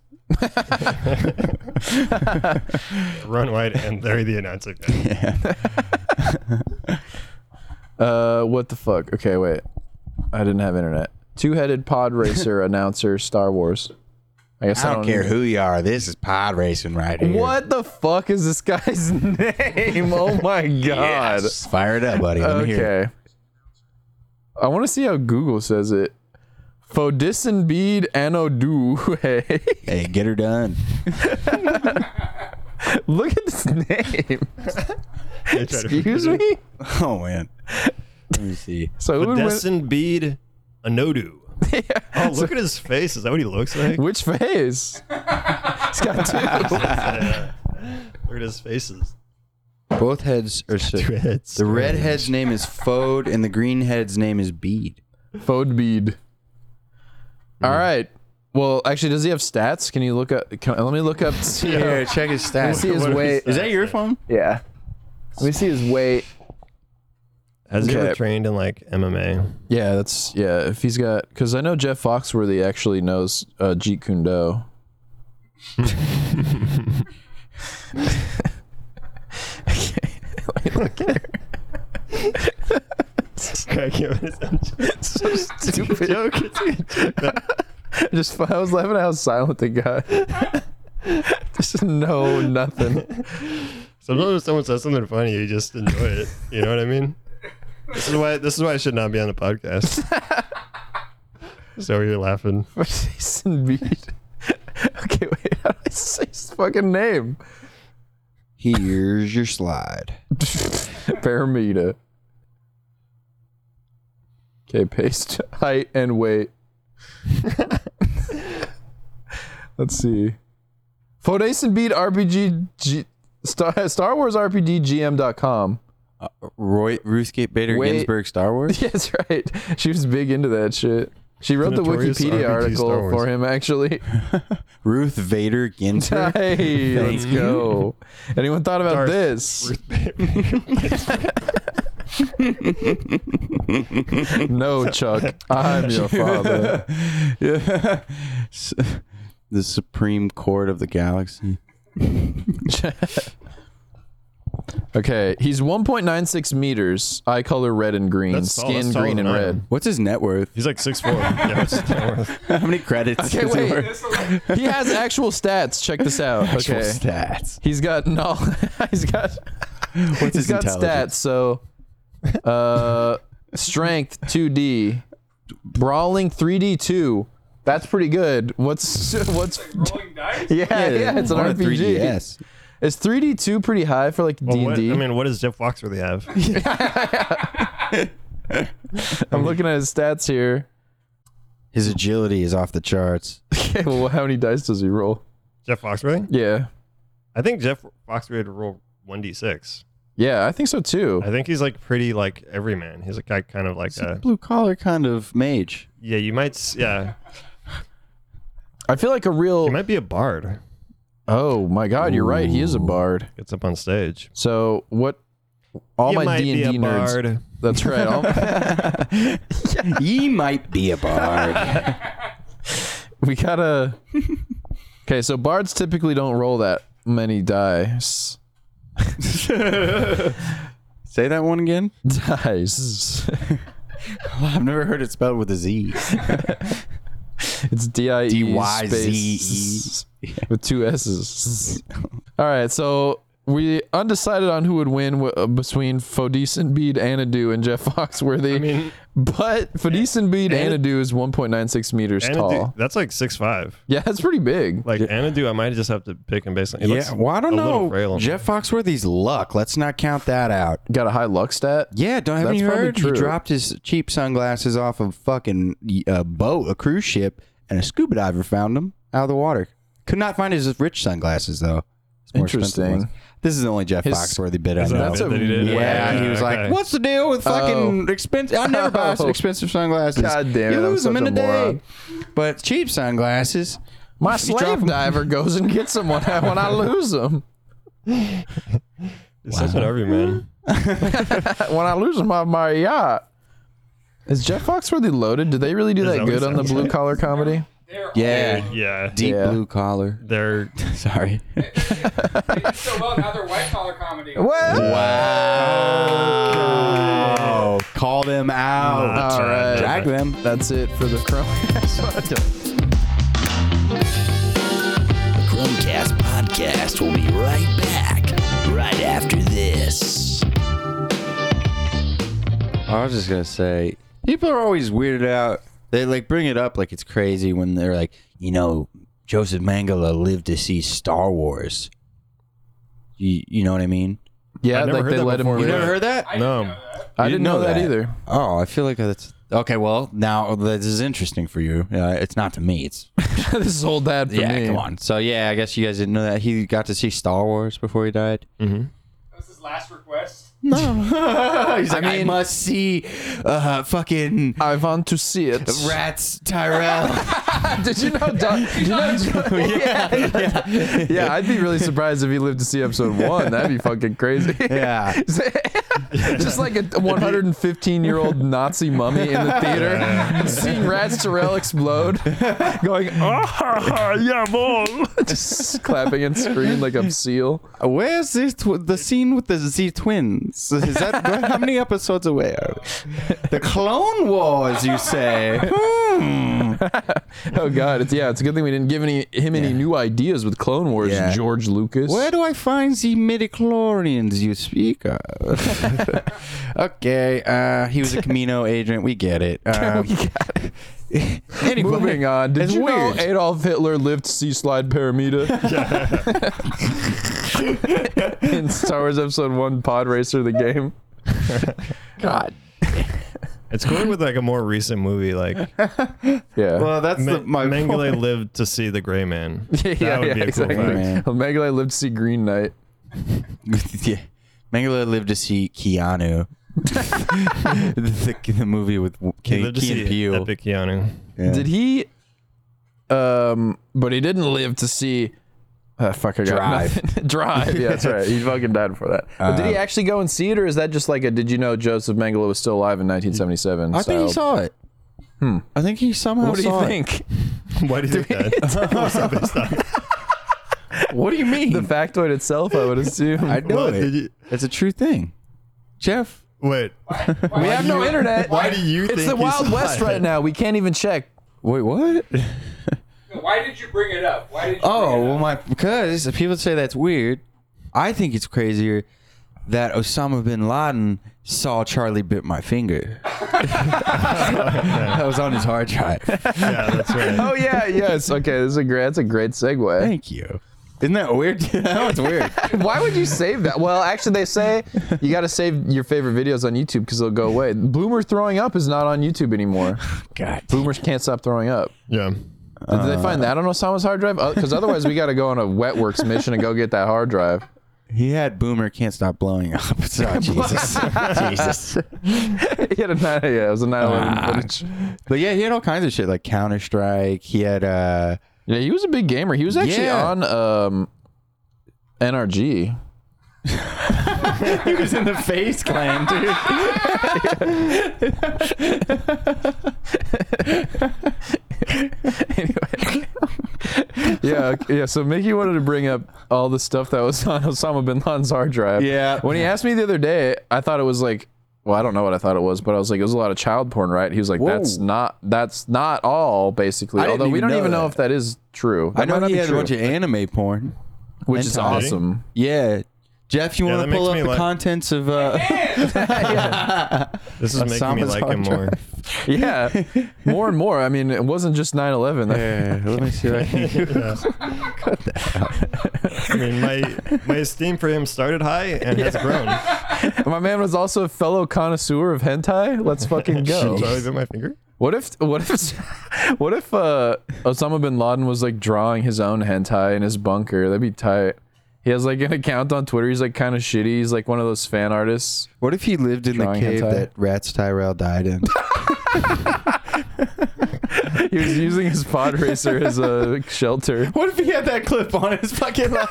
Run White and Larry the Announcer. Guy.
Uh, what the fuck? Okay, wait. I didn't have internet. Two-headed pod racer announcer Star Wars. I guess I,
I don't care
need-
who you are. This is pod racing right here.
What the fuck is this guy's name? Oh my god.
Yes. Fire it up, buddy. Let me hear. it.
Okay. I want to see how Google says it. Fodison bead anodue.
Hey, get her done.
Look at this name.
They try to
Excuse
reproduce-
me.
Oh man. Let me see.
So who would win-
Destin Bede Anodu. Oh, look at his face. Is that what he looks like?
which face? He's got two.
Look at his faces.
Both heads are sick.
Two heads.
The redhead's name is Fode, and the greenhead's name is Bede.
Fode bead.
Hmm.
All right. Well, actually, does he have stats? Can you look up? Can, let me look up. See,
Here, check his
let me
stats.
see his weight.
Is that your phone?
Yeah. Let me see his weight.
Has he ever
Okay.
trained in like MMA?
Yeah, that's yeah. If he's got, because I know Jeff Foxworthy actually knows uh, Jeet Kune Do.
I can't
Stupid joke. Just I was laughing at how silent the guy. Just no nothing.
Sometimes when someone says something funny, you just enjoy it. You know what I mean? This is why this is why I should not be on the podcast. so you're laughing.
Jason Beat. Okay, wait. How do I say his fucking name?
Here's your slide.
Paramita. Okay, paste height and weight. Let's see. Fodason beat RPG G- Star, Star Wars RPG GM.com.
Roy Ruthgate Bader
Wait.
Ginsburg Star Wars.
Yes, right. She was big into that shit. She wrote the
Notorious RPG
Wikipedia
Star
article
Wars.
for him, actually.
Ruth Vader Ginsburg.
Hey, let's go. Anyone thought about
Darth
this? no, Chuck. I'm your father.
yeah. S- The Supreme Court of the Galaxy.
Okay, he's 1.96 meters. Eye color red and green.
That's tall-
Skin
that's taller
green
than
and
I
red.
am.
What's his net worth?
He's like six four. yeah, it's not worth-
How many credits?
Okay,
does he
wait.
work?
This will-
He has actual stats. Check this out.
Actual
Okay,
stats.
he's got no. he's got.
What's
He's
his
got stats.
intelligence?
So, uh, strength 2D, brawling 3D2. That's pretty good. What's what's?
Rolling dice.
Yeah, yeah, it's an
On a
RPG.
3DS.
Is 3D2 pretty high for like
Well,
D
what,
and
I
D?
mean, what does Jeff Foxworthy have?
I'm looking at his stats here.
His agility is off the charts.
Okay, well, how many dice does he roll?
Jeff Foxworthy?
Yeah,
I think Jeff Foxworthy would roll one d six.
yeah, I think so too.
I think he's like pretty like everyman. He's a guy kind of like
It's a
a
blue collar kind of mage.
yeah. You might s- yeah.
I feel like a real.
He might be a bard.
Oh my God, you're right. He is a bard.
Gets up on stage.
So what? All
You
my
might
D
be a
and D nerds.
bard.
That's right. All,
Ye might be a bard.
we gotta. Okay, so bards typically don't roll that many dice.
Say that one again.
Dice.
I've never heard it spelled with a Z.
It's D I E
D-Y-Z-E.
space with two S's. All right, so we undecided on who would win w- uh, between Fodison Bede Anadu and Jeff Foxworthy.
I mean,
but Fodison Bede
Ana-
Anadu is 1.96 meters
Anadu,
tall.
that's like six five.
Yeah, that's pretty big.
Like Anadu, I might just have to pick him based on. he looks
Yeah, well, I don't
a little
know.
frail.
Jeff Foxworthy's luck. Let's not count that out.
Got a high luck stat.
Yeah, don't have
That's
any
probably
heard.
true.
He dropped his cheap sunglasses off of fucking a boat, a cruise ship, and a scuba diver found them out of the water. Could not find his rich sunglasses though. His more expensive
Interesting.
ones. This is the only Jeff
His-
Foxworthy bit I
Is
know.
that
That's
the
a
bit that he did?
weird-
yeah, he was
okay.
like, "What's the deal with fucking expensive? I never buy
Oh.
expensive sunglasses.
God damn it,
you
I'm
lose them
such
in a,
a
day.
moron.
But cheap sunglasses,
My
drop
slave
'em-
diver goes and gets them when I, when I lose them.
He's such an everyman.
When I lose them on my yacht. Is Jeff Foxworthy loaded? Did they really do
Is
that
that what
good
it
on the
sounds
blue
like?
collar comedy?
They're
Yeah.
Yeah.
Deep
Yeah.
blue collar.
They're
Sorry.
All, they did so well now they're white collar comedy.
What?
Wow. Call them
Oh,
out.
uh,
All right.
Drag them.
That's it for the Chrome. That's what I do.
Chromecast podcast will be right back right after this.
I was just gonna say, people are always weirded out. They like bring it up like it's crazy when they're like, you know, Joseph Mangala lived to see Star Wars. You you know what I mean?
Yeah,
never
like
heard
they
that
let him.
before.
You
Yeah.
never heard that?
I
No.
didn't know that.
I didn't know, that, either.
Oh, I feel like that's okay. Well, now this is interesting for you. Uh, it's not to me. It's
this is old dad for
yeah,
me.
come on. So yeah, I guess you guys didn't know that he got to see Star Wars before he died.
That was his last request.
He's like, I,
mean-
must see, uh, fucking
I want to see it.
rats Tyrell.
Did you know? Don- did you know yeah, yeah. I'd be really surprised if he lived to see episode one. That'd be fucking crazy.
yeah.
Just like a 115 year old Nazi mummy in the theater, and seeing Rats Terrell explode, going, ah, yeah, boy. Just clapping and screaming like a seal.
Where's this tw- the scene with the Z twins? Is that how many episodes away? Are we? The Clone Wars, you say? Hmm.
Oh, God. It's, yeah, it's a good thing we didn't give any him any new ideas with Clone Wars,
Yeah.
George Lucas.
Where do I find the midichlorians you speak of? okay, uh, he was a Camino agent. We get it. Um, anyway,
Moving on. Did
it's
you
weird.
know Adolf Hitler lived to see Slide Paramita? In Star Wars Episode 1, Pod Racer, the game. God.
it's going with like a more recent movie like
Yeah.
well, that's
Ma-
the, my
Mengele
point.
lived to see the Gray Man.
yeah,
That would be a
exactly.
cool fact.
Man.
Megala lived to see Green Knight.
yeah. Mangala lived to see Keanu. the, the, the movie with
He
Ke-
lived to
Key
see
and Peele.
Epic Keanu.
Yeah.
Did he? Um, but he didn't live to see. Uh, fuck, I got
Drive. Um,
nothing. Drive. Yeah, that's right. He fucking died before that. but did he actually go and see it, or is that just like a? Did you know Joseph Mengele was still alive in 1977?
I think he saw it. Hmm. I think he somehow
What do
saw
you
it.
think?
Why do you think that? What's up with that?
What do you mean?
The factoid itself, I would assume.
I know
Well,
it.
did you-
It's a true thing. Jeff,
Wait,
we have no internet.
why do you think
It's the
he
Wild
saw
West
it?
right now. We can't even check.
wait, what?
Why did you bring it up? Why did you
Oh,
bring it
well,
up?
my because people say that's weird. I think it's crazier that Osama bin Laden saw Charlie bit my finger. that was on his hard drive.
Yeah, that's right.
Oh yeah, yes. Okay, this is a great. That's a great segue.
Thank you. Isn't that weird? that one's weird.
Why would you save that? Well, actually, they say you got to save your favorite videos on YouTube because they'll go away. Bloomer throwing up is not on YouTube anymore.
God.
Boomers can't stop throwing up.
Yeah.
Did
Uh.
they find that on Osama's hard drive? Because otherwise, we got to go on a Wetworks mission and go get that hard drive.
He had Boomer can't stop blowing up. Oh, Jesus. Jesus.
he had a nine. Yeah, it was a nine eleven
Ah.
footage.
But yeah, he had all kinds of shit like Counter Strike. He had uh
Yeah, he was a big gamer. He was actually
Yeah.
on um, NRG.
He was in the face clan, dude.
Yeah, yeah. So Mickey wanted to bring up all the stuff that was on Osama bin Laden's hard drive.
Yeah.
When he asked me the other day, I thought it was like, well, I don't know what I thought it was, but I was like, it was a lot of child porn, right? He was like, that's
Whoa.
not that's not all, basically.
didn't
Although we
even
don't
know
even know
that.
if that is true.
I
That might
know
not
he
be
had
true,
a bunch of anime porn.
which is
hentai.
awesome.
Yeah. Jeff, you
Yeah,
want
that
to pull
makes
up
me
the
like-
contents of uh
This is making me
Osama's
like
hard
him more.
Yeah, more and more. I mean, it wasn't just 9/11. That-
let me see.
I mean, my my esteem for him started high and has grown.
My man was also a fellow connoisseur of hentai. Let's fucking go.
Charlie bit my finger.
What if what if what if uh, Osama bin Laden was like drawing his own hentai in his bunker? That'd be tight. He has like an account on Twitter. He's like kind of shitty. He's like one of those fan artists.
What if he lived in the
Drawing
cave
hentai.
that Rats Tyrell died in?
He was using his pod racer as a shelter.
What if he had that clip on his fucking line?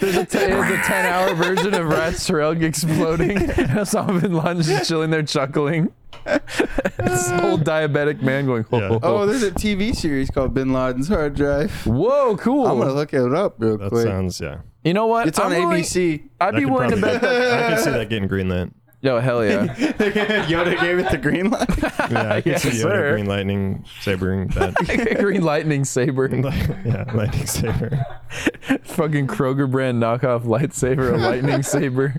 There's a te- there's a 10 hour version of Rat's Terrell exploding. Osama bin Laden's just chilling there chuckling. this old diabetic man going, ho,
Yeah.
ho, ho.
Oh, there's a TV series called Bin Laden's Hard Drive.
Whoa, cool.
I'm gonna look it up real
That
quick.
sounds yeah.
you know what?
it's on
I'm willing-
ABC.
I'd
I
be
could
willing to
probably
bet
get-
that.
I could see that getting greenlit.
Yo, hell yeah.
Yoda gave it the green light.
Yeah, I could
Yes,
see Yoda
sir.
green lightning sabering that.
Green lightning saber.
yeah, lightning saber.
Fucking Kroger brand knockoff lightsaber, a lightning saber.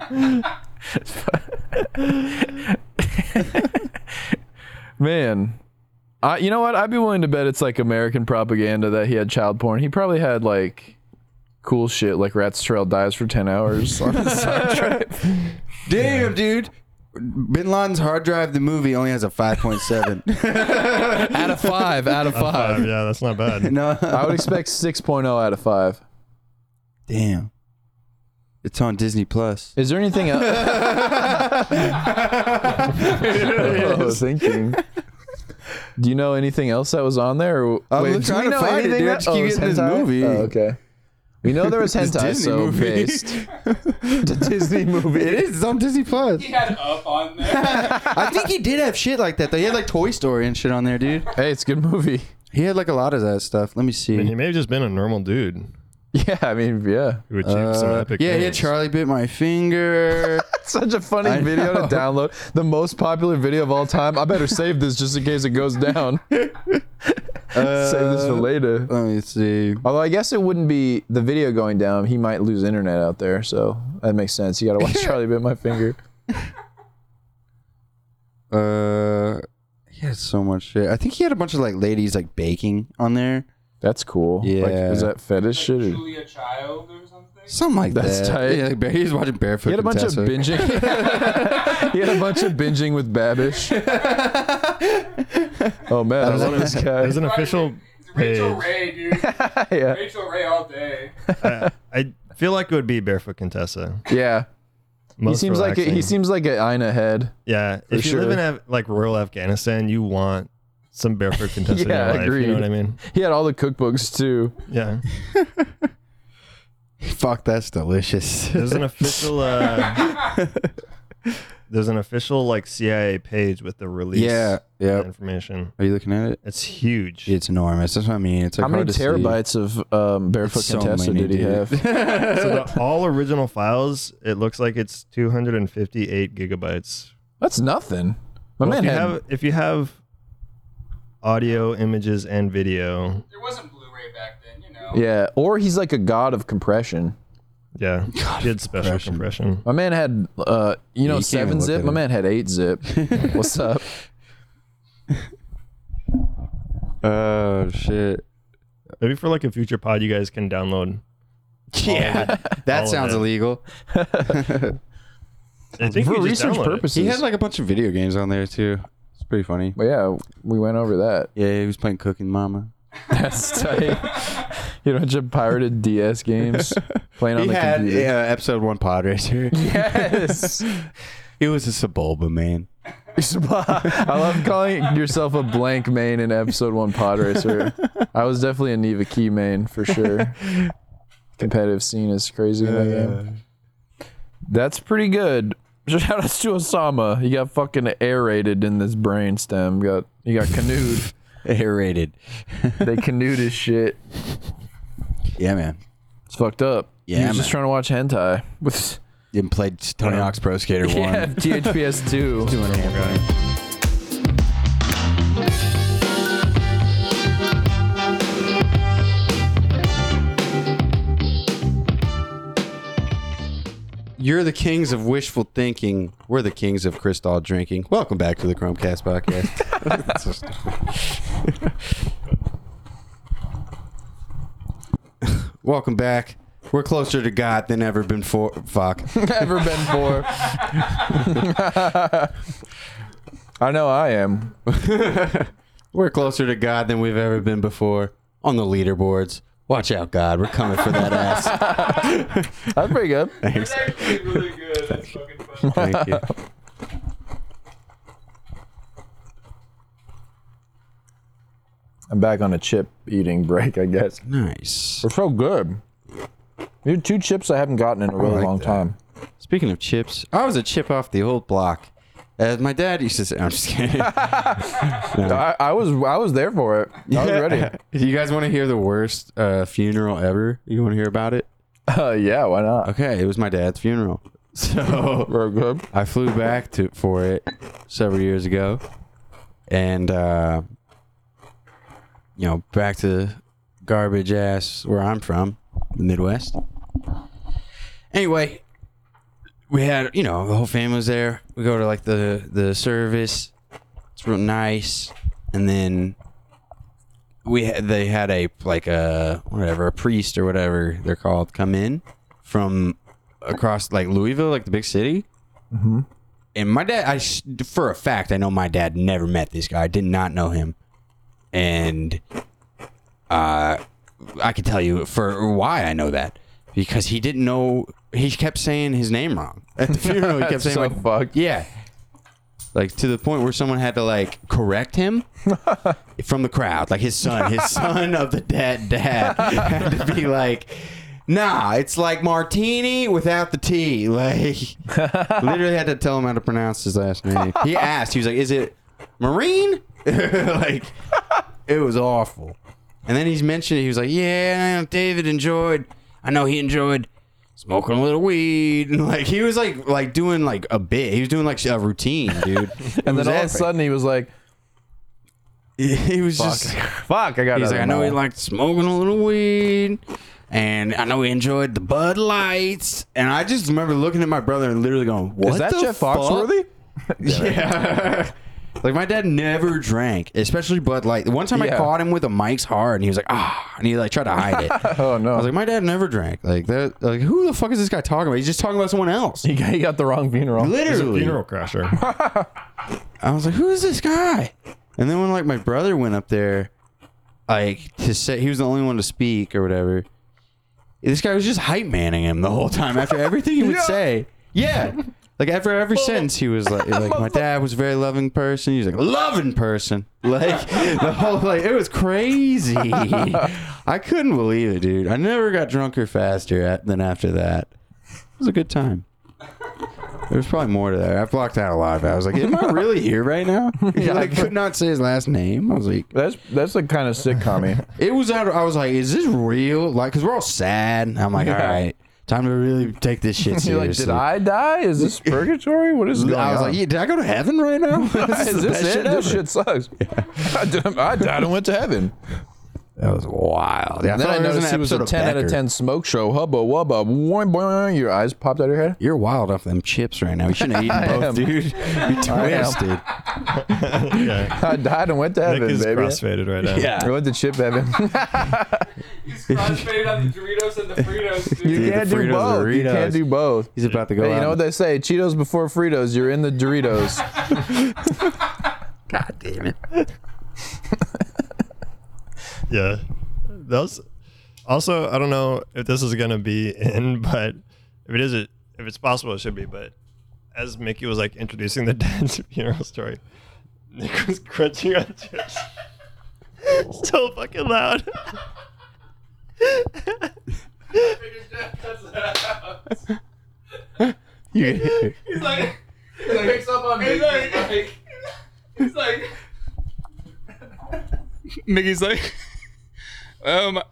Man, I you know what? I'd be willing to bet it's like American propaganda that he had child porn. He probably had like cool shit like Rat's Trail dies for ten hours. on his hard drive.
Damn, dude. Bin Laden's Hard Drive, the movie, only has a 5.7.
out of five, out of
Five,
five.
Um, yeah, that's not bad.
no.
I would expect 6.0 out of five.
Damn. It's on Disney Plus.
Is there anything else? oh, thinking. Do you know anything else that was on there? Or,
I'm
wait, do
trying
we
to
know
find it,
anything
dude. I
that-
just keep
it was
getting this
hentai?
movie.
Oh, okay. We know there was hentai,
Disney
so
movie.
based. the Disney movie.
It is. It's on Disney Plus.
He had up on there.
I think he did have shit like that. They had like Toy Story and shit on there, dude.
Hey, it's a good movie.
He had like a lot of that stuff. Let me
I mean, he
see.
may have just been a normal dude
Yeah, I mean, yeah.
who achieved some
Uh,
epic.
yeah, he had
things.
Charlie bit my finger.
Such a funny
I
video
know.
to download. The most popular video of all time. I better save this just in case it goes down. save this for later.
Let me see.
Although I guess it wouldn't be the video going down. He might lose internet out there, so that makes sense. You gotta watch Charlie bit my finger.
Uh, he had so much shit. I think he had a bunch of like ladies like baking on there.
That's cool. Like,
Yeah.
is that fetish shit? Or?
Julia Child or something.
Something like
That's
that.
tight.
Yeah, like, bare- he was watching barefoot.
He had a bunch
Contessa.
of binging. he had a bunch of binging with Babish. oh man, I love this guy.
There's an official
Rachel
page.
Ray, dude.
yeah,
Rachel Ray all day.
I, I feel like it would be Barefoot Contessa.
yeah. He
Most
seems like a, he
relaxing.
seems like an Ina head.
Yeah, if you live
sure.
in Af- like rural Afghanistan, you want some barefoot contest
Yeah,
in your life. You
agreed.
know what I mean?
He had all the cookbooks too.
Yeah.
Fuck, that's delicious.
There's an official. Uh, there's an official like CIA page with the release.
yeah.
of
Yeah.
the information.
Are you looking at it?
It's huge.
It's enormous. That's what I mean. It's like
How many
hard to see.
terabytes of um, barefoot
It's so
contessa
many,
did he
dude.
have?
so the all original files, it looks like it's 258 gigabytes.
That's nothing. My
Well,
man
if you
had
have if you have audio, images, and video,
There wasn't Blu-ray back then, you know.
yeah, or he's like a god of compression.
yeah, did special compression.
My man had, uh, you know,
you can't
seven
even look
zip.
at
My
him.
man had eight zip. What's up?
Oh shit.
Maybe for like a future pod, you guys can download.
Yeah,
all
that
of
sounds
it.
illegal.
I think
For
you just
research
download it.
purposes.
He had like a bunch of video games on there too. It's pretty funny.
But yeah, we went over that.
Yeah, he was playing Cooking Mama.
That's tight. you know, a bunch of pirated DS games playing on
He
the
had
computer.
yeah, episode one pod racer.
Yes.
he was a Sebulba man.
I love calling yourself a blank main in episode one pod racer. I was definitely a Neva Key main for sure. Competitive scene is crazy in that game. That's pretty good. Shout outs to Osama. He got fucking aerated in this brainstem. Got he got canoed.
Air rated.
they canoed his shit.
Yeah, man.
It's fucked up.
Yeah,
he was just
man.
trying to watch hentai with
Then played Tony Hawk's Pro Skater
yeah,
One.
THPS two.
You're the kings of wishful thinking. We're the kings of crystal drinking. Welcome back to the Chromecast podcast. That's so stupid. Welcome back. We're closer to God than ever been for. Fuck.
Ever been for? I know I am.
We're closer to God than we've ever been before on the leaderboards. Watch out, God. We're coming for that ass.
That's pretty good.
It's actually really good. That's fucking funny.
Thank you.
I'm back on a chip eating break, I guess.
Nice.
They're so good. These are two chips I haven't gotten in a really
like
long
that.
time.
Speaking of chips, I was a chip off the old block. As my dad used to say, I'm just kidding.
I, I was I was there for it. I was ready.
you guys want to hear the worst uh, funeral ever? You want to hear about it?
Uh, yeah, why not?
Okay, it was my dad's funeral. So
Very good.
I flew back to for it several years ago, and uh, you know, back to garbage ass where I'm from, the Midwest. Anyway, we had you know the whole family was there. We go to like the the service. It's real nice, and then we had, they had a like a whatever a priest or whatever they're called come in from across like Louisville, like the big city. And my dad, I s- for a fact, I know my dad never met this guy. I did not know him, and uh, I can tell you for why I know that because he didn't know. He kept saying his name wrong at the funeral. He kept saying
so
my-
fucked.
yeah. Like to the point where someone had to like correct him from the crowd. Like his son, his son of the dead dad had to be like, nah, it's like martini without the T. Like literally had to tell him how to pronounce his last name. He asked, he was like, Is it Marine? like it was awful. And then he's mentioned he was like, Yeah, David enjoyed I know he enjoyed smoking a little weed and like he was like like doing like a bit he was doing like a routine dude
And then all of a sudden he was like,
he was
"Fuck,
just
fuck, I got."
he's
another
like i know he
mile."
liked smoking a little weed and i know he enjoyed the bud lights and i just remember looking at my brother and literally going what
Is that
the
Jeff
fuck?
Foxworthy?
yeah like my dad never drank especially bud light the one time i
Yeah.
caught him with a mike's hard and he was like ah and he like tried to hide it i
Oh no,
was like my dad never drank like that like who the fuck is this guy talking about he's just talking about someone else
he, got, he got the wrong funeral.
literally
Funeral crasher.
I was like, "Who is this guy?" And then when like my brother went up there, like to say he was the only one to speak or whatever. This guy was just hype manning him the whole time after everything he would say. Yeah, like after every sentence he was like, like my dad was a very loving person. He was like loving person. Like the whole like it was crazy. I couldn't believe it, dude. I never got drunker faster at, than after that. It was a good time. There's probably more to that. I blocked out a lot of it. I was like, am I really here right now? yeah, I could not say his last name. I was like,
That's that's the kind of sitcom.
it was out. I was like, is this real? Like, cause we're all sad. I'm like, all right, time to really take this shit
You're like,
seriously.
did I die? Is this purgatory? What is going
I was
on?
like, yeah, did I go to heaven right now?
is
the
this
best
it? This
ever.
shit sucks. I, died, I died and went to heaven.
That was wild. Yeah, I
And then
thought
I
it was
noticed
an
it was a
episode of
10 out of
Becker.
10 smoke show. Hubba wubba. Boing, boing, your eyes popped out of your head.
You're wild off them chips right now. You shouldn't have eaten both,
am.
dude. You're
am.
twisted.
yeah.
I died and went to
Nick
heaven,
is
baby.
crossfaded right now.
I went to chip heaven.
He's crossfaded on the Doritos and the Fritos, dude.
you
the
can't do
Fritos are
both. You
Doritos.
can't do both.
He's about to go.
Hey, you
out.
know what they say? Cheetos before Fritos. You're in the Doritos.
God damn it.
Yeah. Those also I don't know if this is gonna be in, but if it is it if it's possible it should be, but as Mickey was like introducing the dad's funeral story, Nick was crunching on chips so fucking loud.
You-
He's like, he's like, picks up on Mickey's like, he's like, Mickey's like, um, I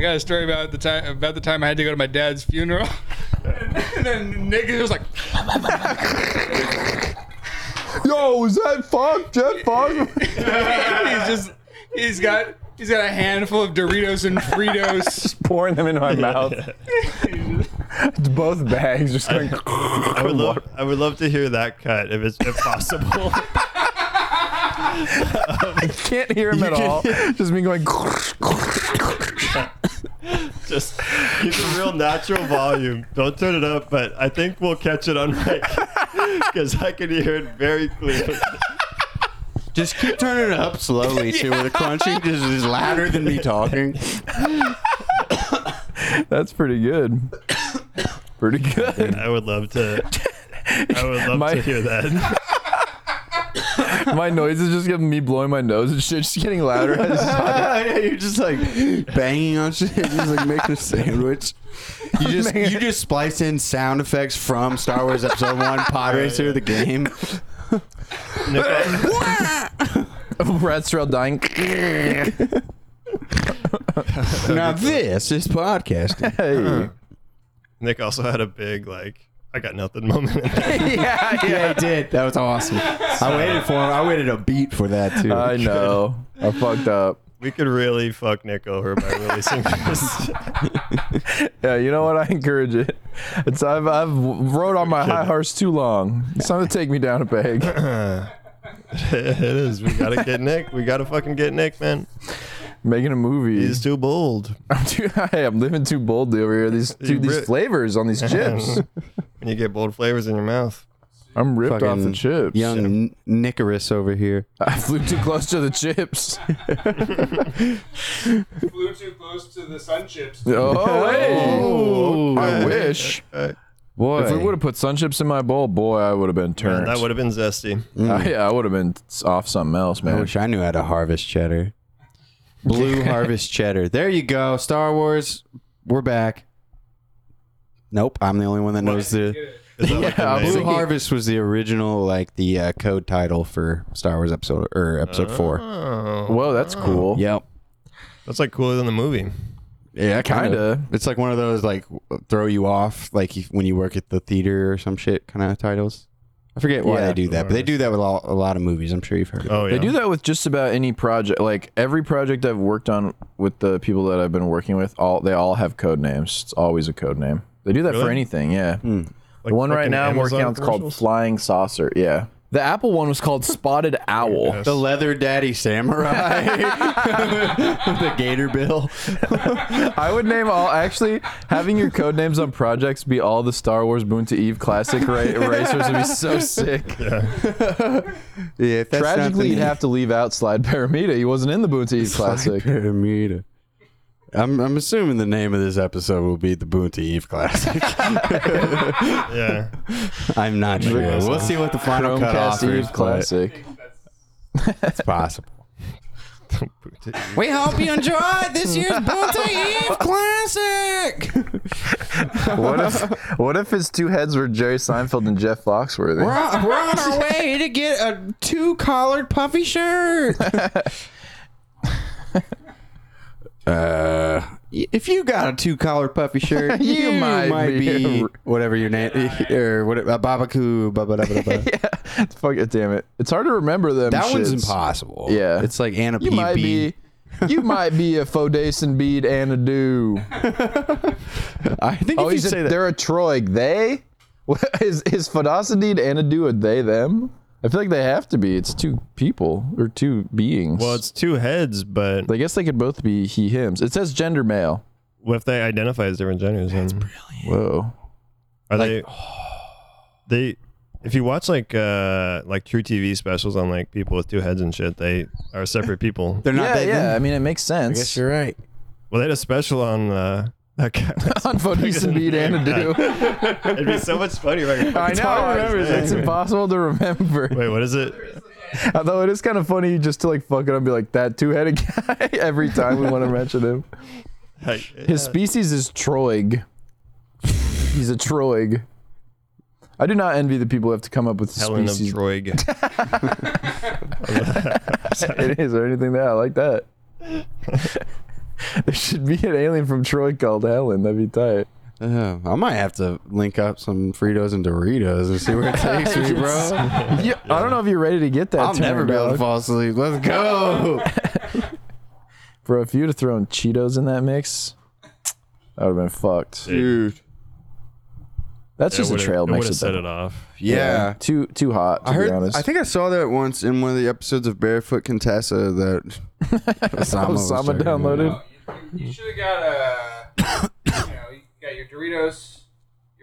got a story about the time about the time I had to go to my dad's funeral, and then Nick is just like,
Yo, is that Fox? Jeff Fox?
he's just, he's got, he's got a handful of Doritos and Fritos.
Pouring them into my mouth. Both bags just going.
I would love I would love to hear that cut if it's if possible.
can't hear him at all. Just me going.
Just keep the real natural volume. Don't turn it up, but I think we'll catch it on mic because I can hear it very clearly.
Just keep turning it up slowly too, where the crunching just is louder than me talking.
That's pretty good. Pretty good.
I would love to. I would love
My-
to hear that.
my noise is just giving me blowing my nose and shit, just getting louder. I just-
yeah, you're just like banging on shit. You're just like making a sandwich. You just you just splice in sound effects from Star Wars Episode One, Pod Racer, the game.
Nick,
Rats are all dying.
now this is podcasting.
Hey.
Nick also had a big like I got nothing moment. In there.
yeah, yeah, I did. That was awesome. I waited for him. I waited a beat for that too.
I know. I fucked up.
We could really fuck Nick over by releasing this.
Yeah, you know what? I encourage it. It's I've I've rode on my high horse too long. It's time to take me down a peg.
it is. We gotta get Nick. We gotta fucking get Nick, man.
Making a movie.
He's too bold.
I'm too hey, I'm living too boldly over here. These
You
dude, these
re-
flavors on these chips.
When you get bold flavors in your mouth.
I'm ripped off the
Fucking
chips.
Young N- Nicorus over here.
I flew too close to the chips.
Flew too close to the sun chips.
Oh, hey. I
okay.
wish.
Okay.
Boy,
If we would have put sun chips in my bowl, boy, I would have been
Man,
turned.
that would have been zesty.
I- yeah, I would have been off something else,
I
man.
wish I knew how to harvest cheddar. Blue harvest cheddar. There you go. Star Wars. We're back. Nope, I'm the only one that knows the.
Is that like
Yeah,
the
blue
Blue
name?
Harvest was the original, like the uh, code title for Star Wars episode or episode four.
Oh,
Whoa, that's cool.
Yep.
that's like cooler than the movie.
Yeah, kind of.
Kinda.
It's like one of those like w- throw you off, like if- when you work at the theater or some shit kind of titles. I forget why
Yeah.
they do that, but they do that with all, a lot of movies. I'm sure you've heard. Of it.
Oh yeah.
They do that with just about any project. Like every project I've worked on with the people that I've been working with, all they all have code names. It's always a code name. They do that for
Really?
anything. Yeah.
Hmm.
Like
the one right
fucking
now I'm working
Amazon
on is called
commercials?
Flying Saucer. Yeah. The Apple one was called Spotted Owl.
Yes.
The Leather Daddy Samurai, the Gator Bill.
I would name all actually having your code names on projects be all the Star Wars Boon to Eve classic ra- erasers would be so sick.
Yeah, if that's not the
Tragically, you'd
name-
have to leave out Slide Paramita. He wasn't in the Boon to Eve classic.
Pyramida. I'm I'm assuming the name of this episode will be the Boonty Eve Classic.
Yeah.
I'm not sure. We'll see what the final cut
Chromecast
offers.
Eve
but
classic.
It's possible. We hope you enjoyed this year's Boonty Eve Classic.
What if what if his two heads were Jerry Seinfeld and Jeff Foxworthy?
We're on, we're on our way to get a two collared puffy shirt. Uh, y- if you got a two collar puffy shirt, you, might, be,
a-
whatever your name or uh, whatever a babaku. ba- ba- da- ba- da- ba.
Fuck it, damn it. It's hard to remember them.
That one's
shits.
impossible.
Yeah.
it's like Anna
You might be. You might be a Fodason bead and a do.
I think
Oh,
if you
he's a,
say that,
they're a Troig. They What- is is Fodacidid and a do a they them? I feel like they have to be. It's two people or two beings.
Well, it's two heads, but
I guess they could both be he hims. It says gender male.
what if they identify as different genders? That's brilliant.
Whoa.
Are they? They. If you watch like uh like true TV specials on like people with two heads and shit, they are separate people.
they're not
yeah,
that
yeah. I
good.
mean, it makes sense.
I guess you're right.
Well, they had a special on uh, that guy.
on Fodason bead and a do.
It'd be so much funnier. if I
I
could-
know. it's impossible to remember.
Wait, what is it?
Although it is kind of funny just to like fuck it up and be like that two-headed guy every time we want to mention him.
Like,
His species is Troig. He's a Troig. I do not envy the people who have to come up with the
Helen of
species
Troig.
it is or anything that I like that. there should be an alien from Troy called Helen. That'd be tight.
Uh, I might have to link up some Fritos and Doritos and see where it takes me, bro.
Yeah, I don't know if you're ready to get that.
I'll never
turned,
be able to
dog.
fall asleep. Let's go.
Bro, if you'd have thrown Cheetos in that mix, that would have been fucked.
Dude.
That's just a trail
Would
mix.
have
at
set
that
it off.
Yeah.
Too too hot. To
I heard.
Be honest.
I think I saw that once in one of the episodes of Barefoot Contessa that Osama, was
Osama
talking
downloaded.
about.
You, should have got a. You know, you got your Doritos.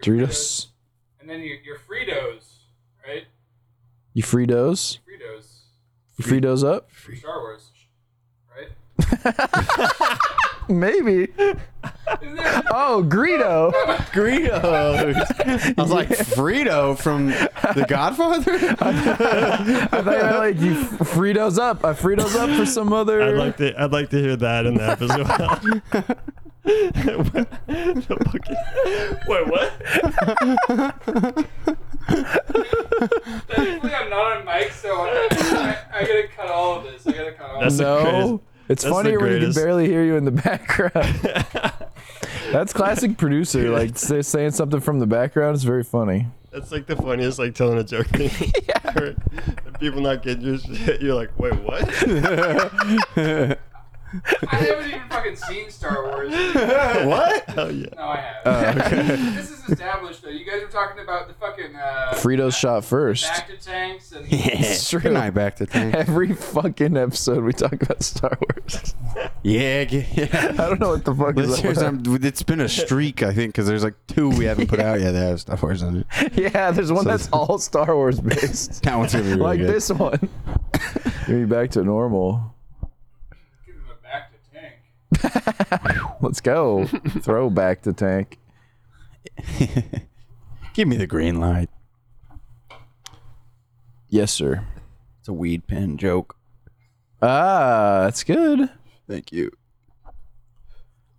Your
Doritos.
And then your, your Fritos, right?
You Fritos.
Fritos.
You Fritos up.
Star Wars, right?
Maybe. Oh, Greedo.
Greedo. I was like Frito from The Godfather.
I thought you meant, like you Fritos up. I Fritos up for some other.
I'd like to. I'd like to hear that in the episode. The fucking- Wait, what?
Technically, I'm not on mic, so I, I, I gotta cut all of this. I gotta cut all.
That's
of
the
no.
greatest-
It's
that's the
funnier when you can
greatest.
barely hear you in the background. That's classic producer. Like say, saying something from the background is very funny.
That's like the funniest, like telling a joke thing. yeah. people not getting your shit. You're like, wait, what?
it. I haven't even fucking seen Star Wars.
what? Oh yeah.
No, I haven't. this is established, though. You guys were talking about the fucking uh,
Fritos shot first.
actor tanks and
true.
Good night, back to tank.
Every fucking episode we talk about Star Wars.
Yeah, g- yeah.
I don't know what the fuck is
This
up
year's,
with
I'm, it's been a streak, I think, because there's like two we haven't put out yet that have Star Wars on it.
that. Yeah, there's one that's all Star Wars based.
That one's gonna be really
like
good.
this one. Maybe back to normal.
give him a back to tank.
Let's go. Throw back to tank.
Give me the green light.
Yes, sir.
It's a weed pen joke.
Ah, that's good.
Thank you.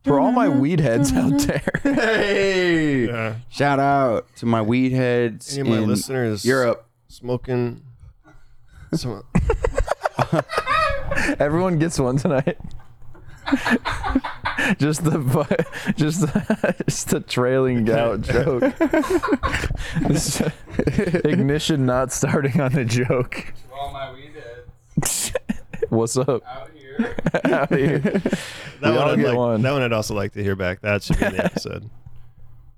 For all my weed heads out there.
Hey!
Yeah.
Shout out to my weed heads
Any of my
in
listeners
Europe.
smoking. Some,
Everyone gets one tonight. just the bu- just the, just the trailing out joke. This- ignition not starting on the joke.
For all my weed heads
What's up?
out here.
Out here.
that,
We all
one I'd
get
like,
one.
that one I'd also like to hear back. That should be in the episode.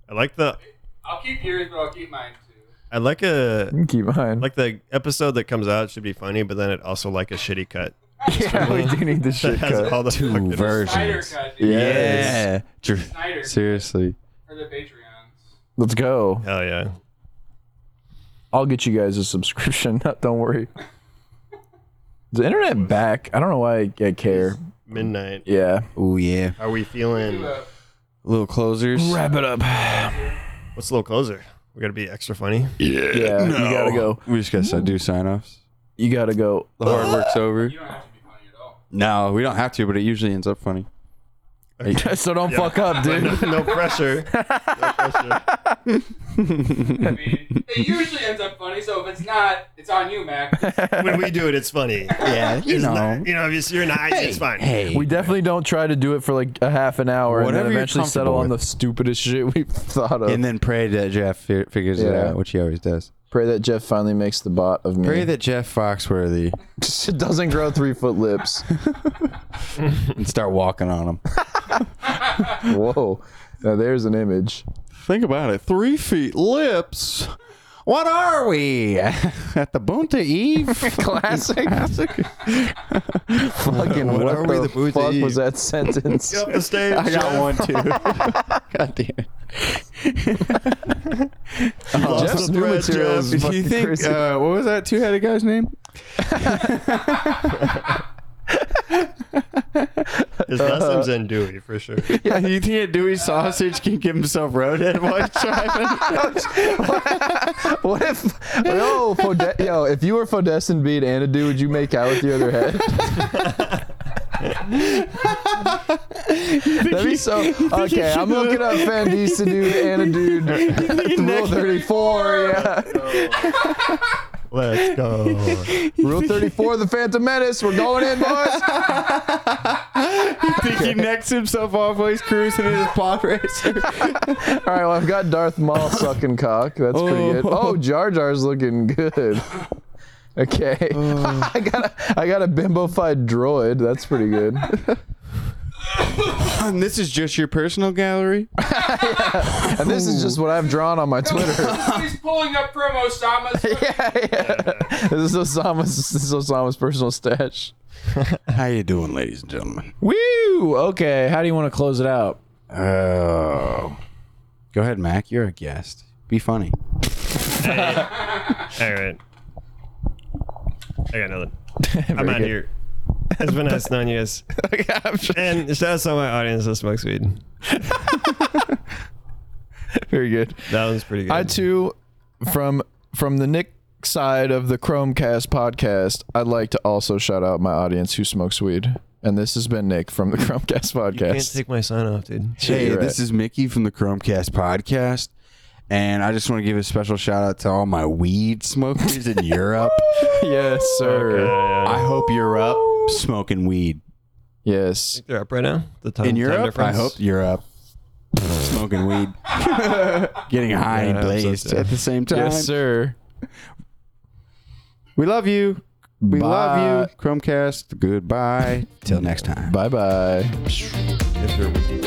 I like the.
I'll keep yours, but I'll keep mine too.
I like a.
Keep mine.
Like the episode that comes out should be funny, but then it also like a shitty cut.
yeah, we do need the shit
Has
cut.
all the fucking-
Two
Snyder
versions.
cut, dude.
Yes.
Yeah. Dr-
Snyder cut
Seriously.
for the Patreons.
Let's go.
Hell yeah.
I'll get you guys a subscription. Don't worry. The internet back. I don't know why I, I care.
Midnight.
Yeah.
Oh, yeah.
Are we feeling?
Do a-
Little closers.
Wrap it up.
What's a little closer? We gotta be extra funny.
Yeah. You gotta go.
We just got to do sign offs.
You gotta go.
The hard work's over.
You don't have to be funny at all.
No, we don't have to, but it usually ends up funny.
so don't fuck up, dude.
no pressure. No pressure.
I mean, it usually ends up funny, so if it's not, it's on you, Mac.
When we do it, it's funny.
Yeah, you
It's
know.
not- you know, if you're not, it's fine.
Hey,
We definitely don't try to do it for like a half an hour and
Whatever
then
you're
eventually settle
comfortable
on the
with.
stupidest shit we've thought of.
and then pray that Jeff fi- figures it
Yeah.
out, which he always does.
Pray that Jeff finally makes the bot of me.
Pray that Jeff Foxworthy
it doesn't grow three foot lips.
and start walking on him.
Whoa. Now there's an image.
Think about it. Three feet lips. What are we at the Bunta Eve? Classic. Classic.
Fucking what,
are we,
the,
the booth
fuck
to
was
eat?
that sentence?
Get off the stage.
I got
Jeff.
one too. God damn. it.
Lost
Oh, Jeff's
the
new
thread,
material is
Jeff.
fucking
Do you think
crazy.
uh, what was that two-headed guy's name?
His last name's Andouille for sure.
Yeah, you think a Dewey sausage can give himself roadhead while he's driving?
What if, yo, Fode- yo, if you were Fodestin Bede and a dude, would you make out with the other head? That'd be so. Okay, I'm looking up Fandisa dude and a dude. Rule 34, yeah.
Let's go.
Rule 34, the Phantom Menace. We're going in, boys.
think he necks himself off while he's cruising in his pod racer?
All right, well, I've got Darth Maul sucking cock. That's pretty good. Oh, Jar Jar's looking good. Okay, I got a, I got a bimbofied droid. That's pretty good.
And this is just your personal gallery?
And this is just what I've drawn on my Twitter.
He's pulling up from Osama's.
yeah, yeah. This is Osama's. This is Osama's personal stash.
How you doing, ladies and gentlemen?
Woo. Okay. How do you want to close it out?
Oh. Go ahead, Mac. You're a guest. Be funny.
All right. I got nothing. I'm out
good.
here. It's been nice knowing you guys. And shout out to my audience that smokes weed.
Very good.
That one's pretty good.
I too, from from the Nick side of the Chromecast podcast, I'd like to also shout out my audience who smokes weed. And this has been Nick from the Chromecast
Can't
podcast.
take my sign off, dude.
Hey,
You're
this
right.
is Mickey from the Chromecast podcast, and I just want to give a special shout out to all my weed smokers in Europe.
yes, sir.
I hope you're up smoking weed
Yes.
They're up right now. The time,
in
time
Europe. I
difference.
hope you're up smoking weed, getting high and
Yeah, I hope so,
blazed
too.
at the same time.
Yes, sir.
We love you. We
Bye.
love you, Chromecast. Goodbye. Till next time.
Bye bye.
If they're weed.